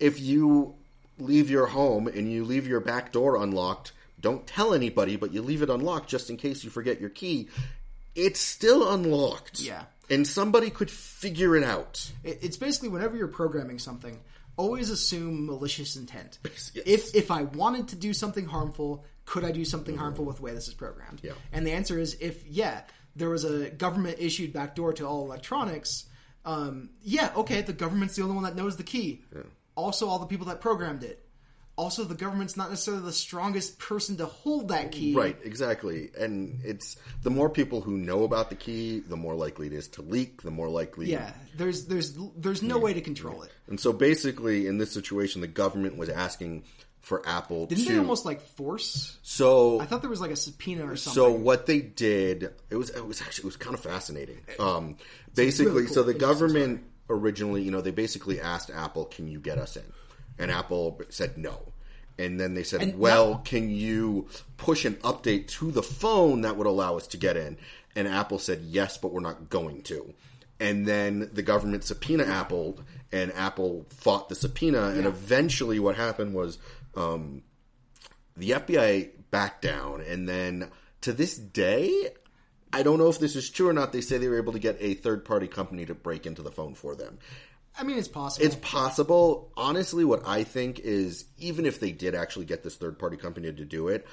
S1: if you leave your home and you leave your back door unlocked. Don't tell anybody, but you leave it unlocked just in case you forget your key. It's still unlocked.
S2: Yeah.
S1: and somebody could figure it out.
S2: It, it's basically whenever you're programming something, always assume malicious intent.
S1: Yes.
S2: If if I wanted to do something harmful, could I do something harmful with the way this is programmed?
S1: Yeah.
S2: And the answer is if yeah, there was a government issued backdoor to all electronics. Um, yeah, okay, the government's the only one that knows the key. Also, all the people that programmed it. Also, the government's not necessarily the strongest person to hold that key.
S1: Right, exactly. And it's the more people who know about the key, the more likely it is to leak, the more likely.
S2: Yeah. There's there's there's no way to control it.
S1: And so basically, in this situation, the government was asking for Apple
S2: Didn't
S1: to.
S2: they almost like force?
S1: so
S2: I thought there was like a subpoena or something.
S1: So what they did, it was it was actually it was kind of fascinating. Um, basically,
S2: really cool.
S1: so the
S2: Interesting
S1: government originally, you know, they basically asked Apple, "Can you get us in?" And Apple said no. And then they said,
S2: And
S1: "Well, can you push an update to the phone that would allow us to get in?" And Apple said, "Yes, but we're not going to." And then the government subpoena Apple, and Apple fought the subpoena. And eventually, what happened was um, the FBI backed down, and then to this day, I don't know if this is true or not. They say they were able to get a third party company to break into the phone for them.
S2: I mean, it's possible.
S1: It's possible. Honestly, what I think is even if they did actually get this third party company to do it,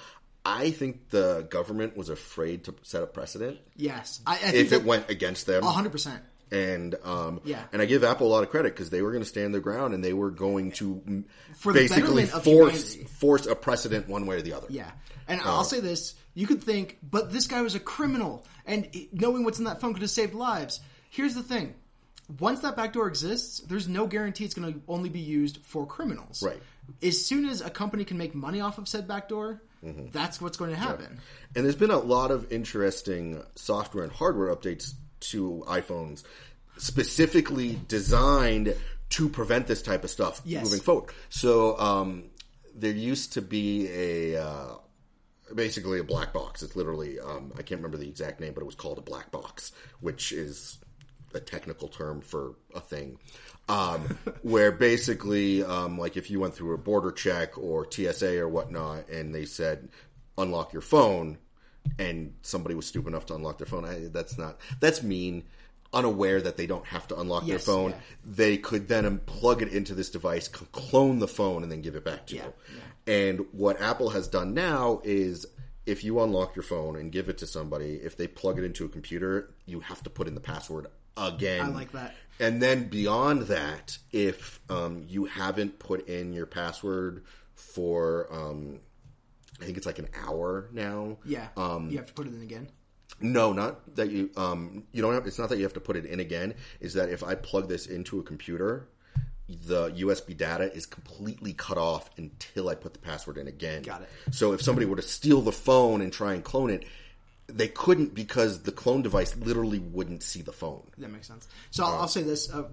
S1: I think the government was afraid to set a precedent
S2: yes, I, I think
S1: if
S2: that-
S1: it went against them.
S2: A hundred percent.
S1: And um,
S2: Yeah.
S1: and I give Apple a lot of credit because they were going to stand their ground and they were going to mm,
S2: For the
S1: basically
S2: betterment of
S1: force
S2: humanity.
S1: force a precedent one way or the other.
S2: Yeah,
S1: Oh.
S2: and I'll say this: you could think, but this guy was a criminal, and it- knowing what's in that phone could have saved lives. Here's the thing: once that backdoor exists, there's no guarantee it's going to only be used for criminals.
S1: Right.
S2: As soon as a company can make money off of said backdoor,
S1: Mm-hmm.
S2: that's what's going to happen.
S1: And there's been a lot of interesting software and hardware updates to iPhones specifically designed to prevent this type of stuff
S2: Yes.
S1: moving forward. So um, there used to be a. Uh, Basically, a black box. It's literally, um, I can't remember the exact name, but it was called a black box, which is a technical term for a thing, um, where basically, um, like if you went through a border check or TSA or whatnot, and they said unlock your phone, and somebody was stupid enough to unlock their phone, I, that's not that's mean. Unaware that they don't have to unlock their
S2: Yes,
S1: phone,
S2: yeah.
S1: they could then plug it into this device, c- clone the phone, and then give it back to
S2: Yeah,
S1: you. And what Apple has done now is if you unlock your phone and give it to somebody, if they plug it into a computer, you have to put in the password again. I
S2: like that.
S1: And then beyond that, if um, you haven't put in your password for, um, I think it's like an hour now.
S2: Yeah.
S1: Um,
S2: you have to put it in again.
S1: No, not that you. Um, you don't have. It's not that you have to put it in again. Is that if I plug this into a computer, the USB data is completely cut off until I put the password in again.
S2: Got it.
S1: So if somebody were to steal the phone and try and clone it, they couldn't because the clone device literally wouldn't see the phone.
S2: That makes sense. So I'll, I'll say this: uh,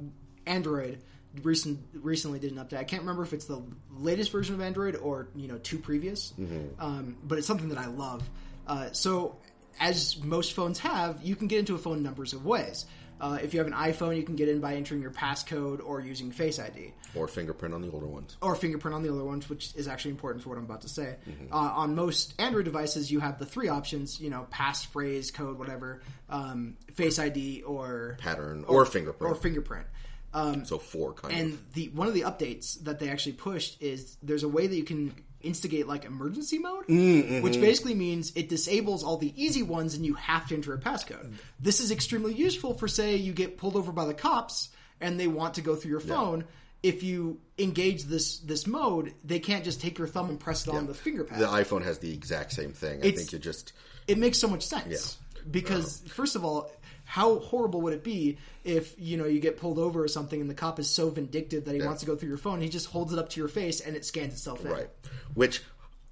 S2: Android recent recently did an update. I can't remember if it's the latest version of Android or you know two previous, um, but it's something that I love. Uh, so as most phones have, you can get into a phone numbers of ways. Uh, if you have an iPhone, you can get in by entering your passcode or using Face ID
S1: or fingerprint on the older ones.
S2: or fingerprint on the other ones, which is actually important for what I'm about to say. Uh, on most Android devices, you have the three options: you know, passphrase, code, whatever, um, Face ID, or
S1: Pattern or, fingerprint.
S2: or fingerprint.
S1: so four kind
S2: And
S1: of.
S2: the one of the updates that they actually pushed is there's a way that you can instigate like emergency mode, which basically means it disables all the easy ones and you have to enter a passcode. This is extremely useful for say you get pulled over by the cops and they want to go through your phone. If you engage this this mode, they can't just take your thumb and press it on the finger pad.
S1: The iPhone has the exact same thing. I
S2: It's-
S1: think you just
S2: it makes so much sense because first of all how horrible would it be if you know you get pulled over or something and the cop is so vindictive that he wants to go through your phone he just holds it up to your face and it scans itself in
S1: right, which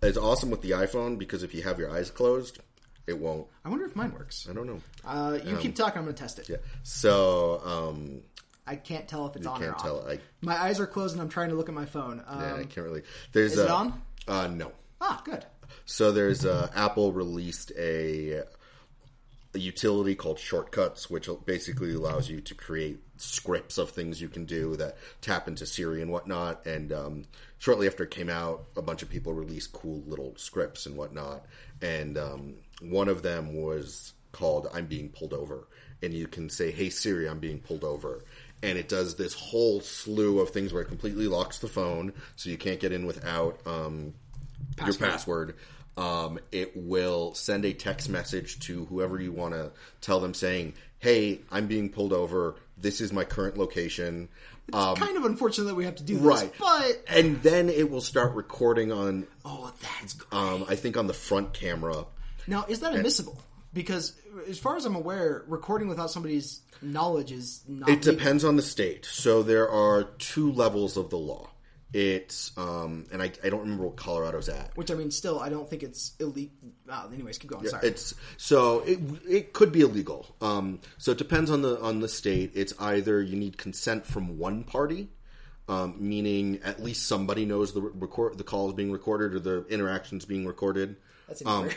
S1: is awesome with the iPhone because if you have your eyes closed, it won't.
S2: i wonder if mine works
S1: I don't know.
S2: uh, you keep talking i'm gonna test it
S1: Um, Yeah. So um,
S2: i can't tell if it's on or
S1: can't
S2: off
S1: tell. I
S2: my eyes are closed and i'm trying to look at my phone um,
S1: yeah, I can't really. There's
S2: is it
S1: a-
S2: on?
S1: Uh, no.
S2: ah good
S1: So there's uh, Apple released a, a utility called Shortcuts, which basically allows you to create scripts of things you can do that tap into Siri and whatnot. And um, shortly after it came out, a bunch of people released cool little scripts and whatnot. And um, one of them was called "I'm being pulled over," and you can say, "Hey Siri, I'm being pulled over." And it does this whole slew of things where it completely locks the phone, so you can't get in without um, your password. Um, it will send a text message to whoever you want to tell them saying, "Hey, I'm being pulled over. This is my current location."
S2: it's kind of unfortunate that we have to do this
S1: Um, right.
S2: but
S1: And then it will start recording on,
S2: oh that's great.
S1: um, I think, on the front camera.
S2: now is that admissible because as far as i'm aware recording without somebody's knowledge is not
S1: It depends on the state. So there are two levels of the law. It's um, and I, I don't remember what Colorado's at.
S2: Which I mean, still, I don't think it's elite. Uh, anyways, keep going. Sorry.
S1: It's so it, it could be illegal. Um, so it depends on the on the state. It's either you need consent from one party, um, meaning at least somebody knows the record the call is being recorded or the interactions being recorded.
S5: That seems
S1: Um,
S5: weird.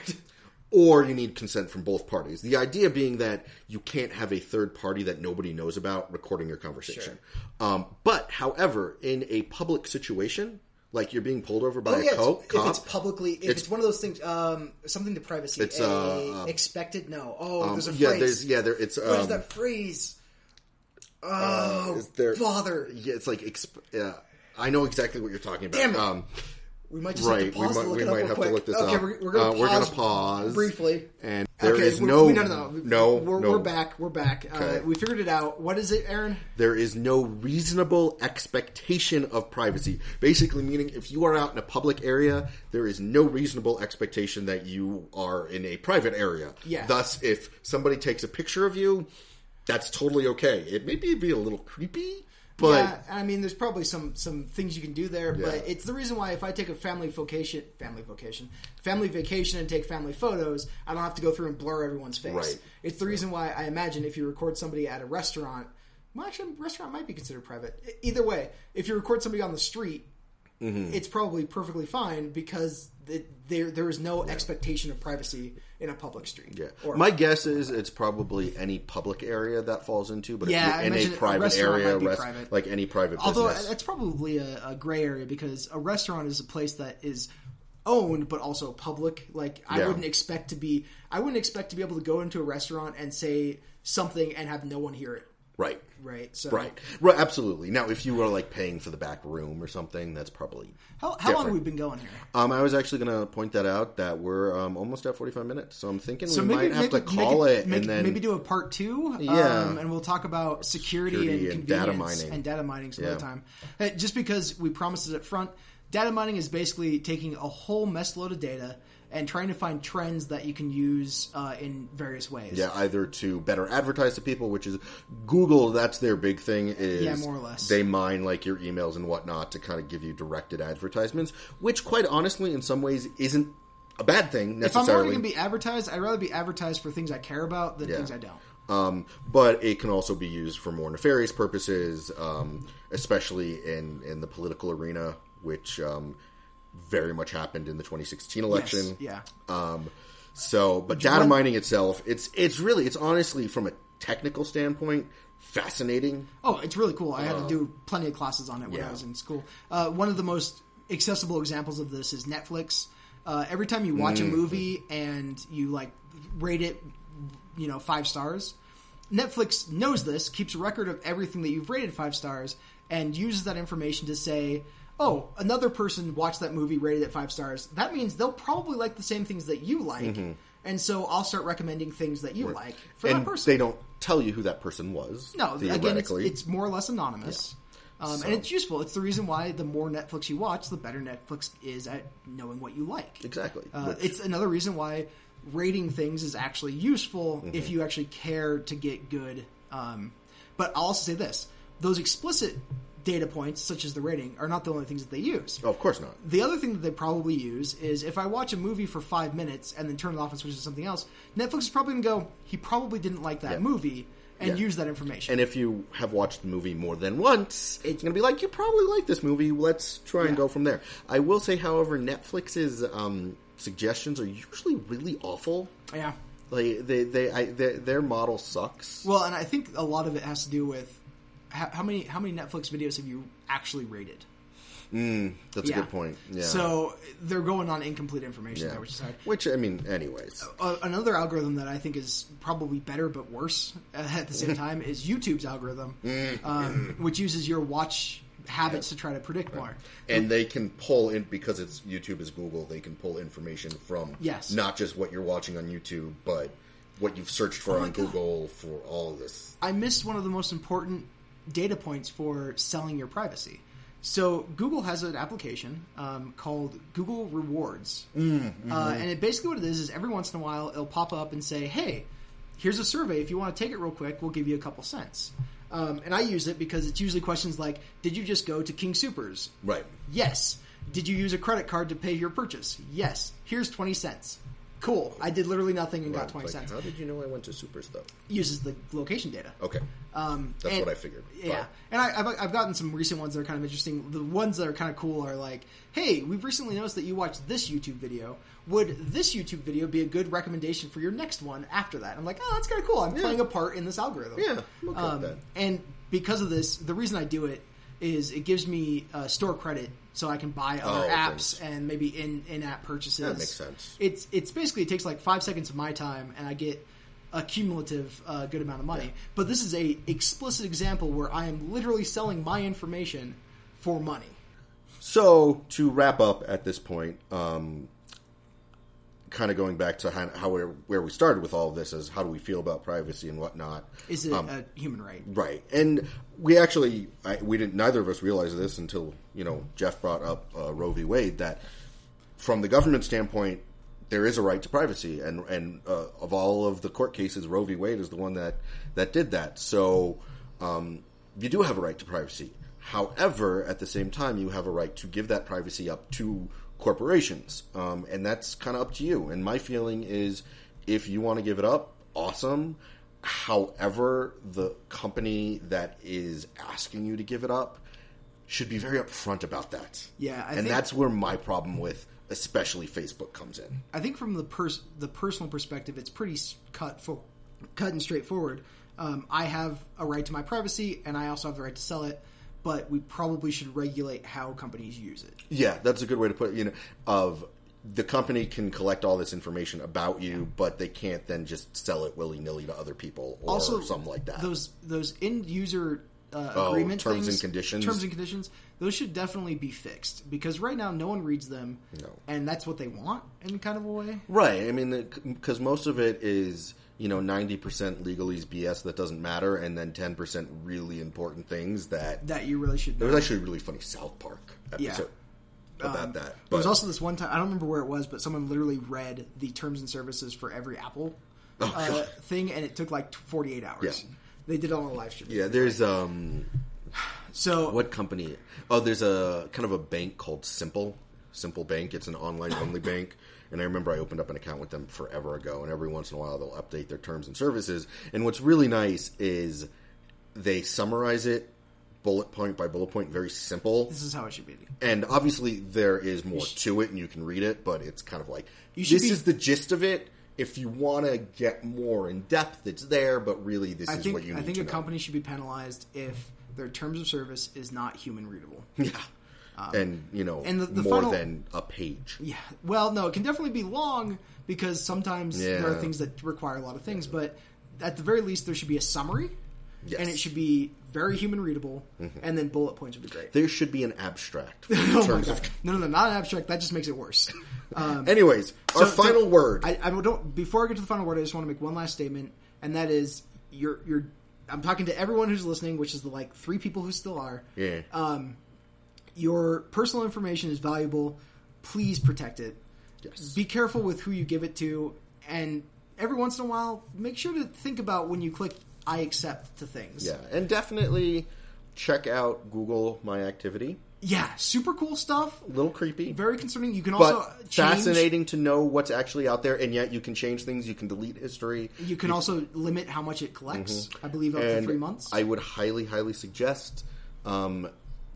S1: or you need consent from both parties. The idea being that you can't have a third party that nobody knows about recording your conversation. Um, but, however, in a public situation, like you're being pulled over by
S5: Oh,
S1: a
S5: yeah,
S1: co-
S5: it's, if
S1: cop,
S5: it's publicly, if it's, one of those things, um, something to privacy.
S1: It's,
S5: a
S1: uh, um,
S5: expected. No, oh, there's a
S1: yeah,
S5: phrase.
S1: there's yeah, there it's
S5: What is
S1: um,
S5: that phrase? Oh,
S1: is there-
S5: father!
S1: Yeah, it's like exp- yeah, I know exactly what you're talking about.
S5: Damn it.
S1: Um,
S5: We might just have
S1: right,
S5: to
S1: we
S5: pause
S1: might,
S5: and look
S1: we
S5: it up
S1: might
S5: real
S1: have
S5: quick.
S1: to look this
S5: okay,
S1: up.
S5: We're, we're gonna
S1: Uh,
S5: pause
S1: pause
S5: briefly.
S1: and there is
S2: okay, we're-
S1: no
S2: we- no, no, no,
S1: no,
S2: We're,
S1: no.
S2: we're back. We're back. Uh,
S1: Okay.
S2: we figured it out. What is it, Aaron?
S1: there is no reasonable expectation of privacy. Basically, meaning if you are out in a public area, there is no reasonable expectation that you are in a private area.
S2: Yeah.
S1: Thus, if somebody takes a picture of you, that's totally okay. It may be, be a little creepy, but
S2: yeah, I mean, there's probably some some things you can do there,
S1: Yeah.
S2: but it's the reason why if I take a family vacation, family vacation, family vacation, and take family photos, I don't have to go through and blur everyone's face.
S1: Right.
S2: It's the reason why I imagine if you record somebody at a restaurant, well, actually, restaurant might be considered private. E- Either way, if you record somebody on the street,
S1: Mm-hmm.
S2: it's probably perfectly fine because it, there there is no expectation of privacy in a public street.
S1: Yeah.
S2: Or-
S1: My guess is it's probably any public area that falls into, but
S2: Yeah, I
S1: if you're in
S2: imagine
S1: a
S2: a
S1: private
S2: restaurant
S1: area,
S2: might be
S1: rest-
S2: private.
S1: like any private
S2: Although
S1: business.
S2: that's probably a, a gray area because a restaurant is a place that is owned but also public. Like I
S1: Yeah.
S2: wouldn't expect to be I wouldn't expect to be able to go into a restaurant and say something and have no one hear it.
S1: right.
S2: Right. So
S1: Right. Right, absolutely. Now, if you were like paying for the back room or something, that's probably.
S2: How, how
S1: Different.
S2: long have we been going here?
S1: Um, I was actually going to point that out that we're um, almost at 45 minutes, so I'm thinking
S2: So
S1: we
S2: maybe
S1: might have
S2: maybe-
S1: to call
S2: make
S1: it
S2: make-
S1: and then.
S2: maybe do a part two.
S1: Yeah.
S2: um, and we'll talk about security,
S1: Security
S2: and
S1: and
S2: convenience
S1: data mining.
S2: and data mining some other
S1: Yeah.
S2: time. Uh, Just because we promised it up front, data mining is basically taking a whole mess load of data and trying to find trends that you can use uh, in various ways.
S1: yeah, either to better advertise to people, which is Google. That's their big thing. Is
S2: Yeah, more or less.
S1: They mine like your emails and whatnot to kind of give you directed advertisements, which, quite honestly, in some ways, isn't a bad thing
S2: If I'm already
S1: necessarily.
S2: going to be advertised, I'd rather be advertised for things I care about than
S1: Yeah.
S2: things I don't.
S1: um, but it can also be used for more nefarious purposes, um, especially in in the political arena, which um, very much happened in the 2016 election.
S2: Yes. Yeah.
S1: Um, so, but data mining itself, it's it's really it's honestly from a technical standpoint, fascinating.
S2: Oh, it's really cool. I had to do plenty of classes on it when I
S1: Uh, Yeah.
S2: was in school. Uh, one of the most accessible examples of this is Netflix. Uh, every time you watch a
S1: Mm.
S2: movie and you like rate it, you know, five stars, Netflix knows this, keeps a record of everything that you've rated five stars, and uses that information to say, "Oh, another person watched that movie, rated it five stars." That means they'll probably like the same things that you like, and so I'll start recommending things that you like for
S1: Mm-hmm. and
S2: that person.
S1: they don't tell you who that person was.
S2: No, again, it's,
S1: theoretically.
S2: it's more or less anonymous. Um, And
S1: So-
S2: it's useful. It's the reason why the more Netflix you watch, the better Netflix is at knowing what you like.
S1: exactly.
S2: Uh,
S1: Which-
S2: it's another reason why rating things is actually useful
S1: Mm-hmm.
S2: if you actually care to get good. Um, but I'll also say this those explicit data points, such as the rating, are not the only things that they use.
S1: oh, of course not.
S2: The other thing that they probably use is if I watch a movie for five minutes and then turn it off and switch to something else, Netflix is probably going to go, he probably didn't like that
S1: Yeah.
S2: movie, and
S1: Yeah.
S2: use that information.
S1: And if you have watched the movie more than once, it's going to be like, you probably like this movie. Let's try and go from there. I will say, however, Netflix's um, suggestions are usually really awful.
S2: yeah.
S1: Like they, they, I, their their model sucks.
S2: Well, and I think a lot of it has to do with how, how many how many Netflix videos have you actually rated?
S1: That's a good point. Yeah.
S2: So they're going on incomplete information
S1: yeah.
S2: there, which is hard.
S1: which I mean, anyways,
S2: Uh, another algorithm that I think is probably better but worse uh, at the
S1: Mm.
S2: same time is YouTube's algorithm, um, which uses your watch habits to try to predict more.
S1: and they can pull in because it's YouTube is Google. They can pull information from
S2: Yes.
S1: not just what you're watching on YouTube, but what you've searched for on
S2: Oh God.
S1: Google for all this.
S2: I missed one of the most important data points for selling your privacy. So Google has an application um, called Google Rewards,
S1: Mm,
S2: uh,
S1: mm-hmm.
S2: and it basically what it is is every once in a while it'll pop up and say, "Hey, here's a survey. If you want to take it real quick, we'll give you a couple cents." Um, and I use it because it's usually questions like, "Did you just go to King Supers?"
S1: Right.
S2: Yes. Did you use a credit card to pay your purchase? Yes. Here's twenty cents. Cool. I did literally nothing and got
S1: It's
S2: twenty
S1: like,
S2: cents.
S1: How did you know I went to Supers though?
S2: Uses the location data.
S1: Okay.
S2: Um,
S1: Oh, That's
S2: and-
S1: what I figured.
S2: Yeah, and I, I've, I've gotten some recent ones that are kind of interesting. The ones that are kind of cool are like, "Hey, we've recently noticed that you watched this YouTube video. Would this YouTube video be a good recommendation for your next one after that?" I'm like, "Oh, that's kind of cool. I'm playing a part in this algorithm."
S1: Yeah, I'm okay with
S2: Um,
S1: that.
S2: And because of this, the reason I do it is it gives me uh, store credit so I can buy other
S1: Oh,
S2: apps
S1: thanks.
S2: and maybe in in app purchases.
S1: That makes sense.
S2: It's it's basically it takes like five seconds of my time and I get a cumulative uh, good amount of money. But this is a explicit example where I am literally selling my information for money.
S1: So to wrap up at this point, um, kind of going back to how, how we're, where we started with all of this is how do we feel about privacy and whatnot.
S2: Is it
S1: Um.
S2: a human right?
S1: Right, and we actually I, we didn't. Neither of us realized this until you know Jeff brought up uh, Roe v. Wade that from the government standpoint, there is a right to privacy, and and uh, of all of the court cases, Roe v. Wade is the one that that did that. So um, you do have a right to privacy. However, at the same time, you have a right to give that privacy up to corporations, um, and that's kind of up to you. And my feeling is, if you want to give it up, awesome. However, the company that is asking you to give it up should be very upfront about that.
S2: Yeah, I
S1: and
S2: think-
S1: that's where my problem with especially Facebook comes in.
S2: I think from the pers- the personal perspective, it's pretty s- cut for cut and straightforward. Um, I have a right to my privacy, and I also have the right to sell it. But we probably should regulate how companies use it.
S1: Yeah, that's a good way to put it. You know, of the company can collect all this information about you, but they can't then just sell it willy nilly to other people or something like that.
S2: Those those end user uh,
S1: Oh,
S2: agreement
S1: terms and
S2: things,
S1: conditions.
S2: terms and conditions. Those should definitely be fixed because right now no one reads them,
S1: No.
S2: and that's what they want in kind of a way.
S1: Right. I mean, because most of it is, you know, 90% legalese BS that doesn't matter, and then 10% really important things that.
S2: That you really should.
S1: There
S2: Know.
S1: was actually a really funny South Park
S2: Yeah.
S1: episode about that. But
S2: There was also this one time I don't remember where it was, but someone literally read the terms and services for every Apple uh, thing, and it took like forty eight hours.
S1: Oh, Yeah.
S2: They did it on a live stream.
S1: yeah, there's um
S2: So
S1: what company? Oh, there's a kind of a bank called Simple Simple Bank. It's an online only bank, and I remember I opened up an account with them forever ago. And every once in a while, they'll update their terms and services. And what's really nice is they summarize it bullet point by bullet point, very simple.
S2: this is how it should be.
S1: And obviously, there is more to it, and you can read it, but it's kind of like
S2: should
S1: this
S2: be-
S1: is the gist of it. if you want to get more in depth, it's there. But really, this
S2: I
S1: is
S2: think
S1: what you need
S2: I think
S1: to
S2: a
S1: know.
S2: company should be penalized if their terms of service is not human readable.
S1: yeah, and you know,
S2: Um, and the- the
S1: more
S2: final-
S1: than a page.
S2: Yeah. Well, no, it can definitely be long because sometimes there are
S1: Yeah.
S2: things that require a lot of things, but at the very least, there should be a summary,
S1: Yes. Mm-hmm.
S2: and it should be very human readable, and then bullet points would be great.
S1: There should be an abstract for
S2: Oh my
S1: terms
S2: God.
S1: of.
S2: No, no, no, not an abstract. That just makes it worse. Um,
S1: Anyways, our
S2: so-
S1: final
S2: so
S1: word.
S2: I, I don't. Before I get to the final word, I just want to make one last statement, and that is, you're, you're. I'm talking to everyone who's listening, which is the like three people who still are.
S1: yeah.
S2: Uh, Your personal information is valuable. Please protect it.
S1: Yes.
S2: Be careful with who you give it to, and every once in a while, make sure to think about when you click "I accept" to things.
S1: yeah, and definitely check out Google My Activity.
S2: Yeah, super cool stuff.
S1: A little creepy.
S2: Very concerning. You can also
S1: but
S2: change-
S1: fascinating to know what's actually out there, and yet you can change things. You can delete history.
S2: You can also limit how much it collects. I believe up to
S1: Mm-hmm. and
S2: three months.
S1: I would highly, highly suggest um,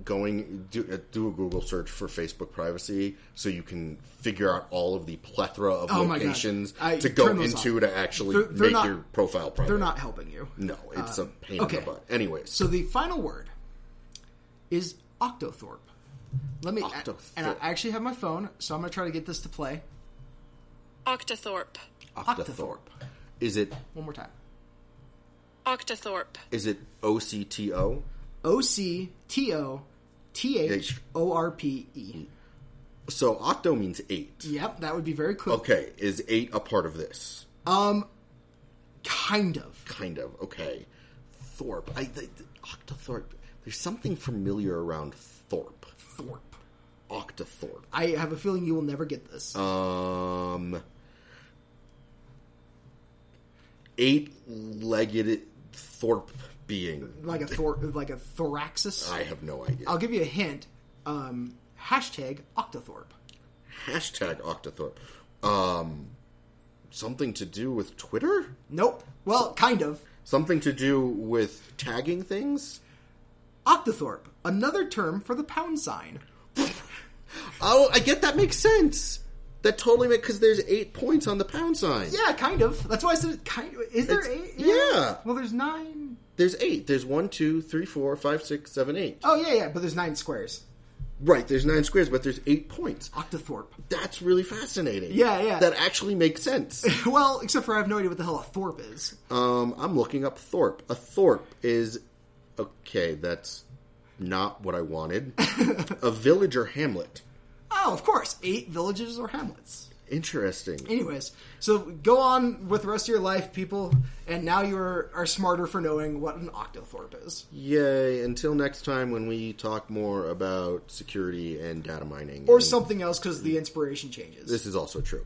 S1: going do, uh, do a Google search for Facebook privacy, so you can figure out all of the plethora of
S2: Oh my God.
S1: locations
S2: I-
S1: to go
S2: turn those
S1: into
S2: off.
S1: to actually
S2: They're- they're
S1: make
S2: not-
S1: your profile private.
S2: They're not helping you.
S1: No, it's a pain in
S2: okay.
S1: the butt. Anyways,
S2: So the final word is Octothorpe. Let me
S1: Octothorpe.
S2: and I actually have my phone, so I'm gonna try to get this to play
S6: Octothorpe.
S2: Octothorpe.
S1: Is it
S2: one more time.
S6: Octothorpe.
S1: is it O C T O?
S2: O C T O T H O R P
S1: Mm.
S2: E.
S1: So octo means eight.
S2: Yep, that would be very quick.
S1: Okay, is eight a part of this?
S2: Um, kind of.
S1: kind of okay. Thorpe, I th- Octothorpe. There's something familiar around Thorpe,
S2: Thorpe.
S1: Octothorpe.
S2: I have a feeling you will never get this.
S1: Oh. Um, eight-legged Thorpe being.
S2: like a thor- like a thoraxis.
S1: I have no idea.
S2: I'll give you a hint. Um, hashtag Octothorpe.
S1: Hashtag Octothorpe. Um, something to do with Twitter?
S2: Nope. Well, kind of.
S1: Something to do with tagging things?
S2: Octothorpe, another term for the pound sign.
S1: Oh, I get that makes sense. That totally makes because there's eight points on the pound sign.
S2: Yeah, kind of. That's why I said kind of. Is there
S1: It's-
S2: eight?
S1: yeah.
S2: Well, there's nine.
S1: There's eight. There's one, two, three, four, five, six, seven, eight.
S2: Oh yeah, yeah. But there's nine squares.
S1: Right. There's nine squares, but there's eight points.
S2: Octothorpe.
S1: That's really fascinating.
S2: Yeah, yeah.
S1: That actually makes sense.
S2: Well, except for I have no idea what the hell a thorpe is.
S1: um, I'm looking up Thorpe. A Thorpe is okay. That's not what I wanted. a village or hamlet.
S2: Oh, of course, eight villages or hamlets.
S1: Interesting.
S2: Anyways, so go on with the rest of your life, people, and now you are, are smarter for knowing what an octothorpe is.
S1: Yay! Until next time, when we talk more about security and data mining,
S2: Or
S1: And
S2: something else because the inspiration changes.
S1: This is also true.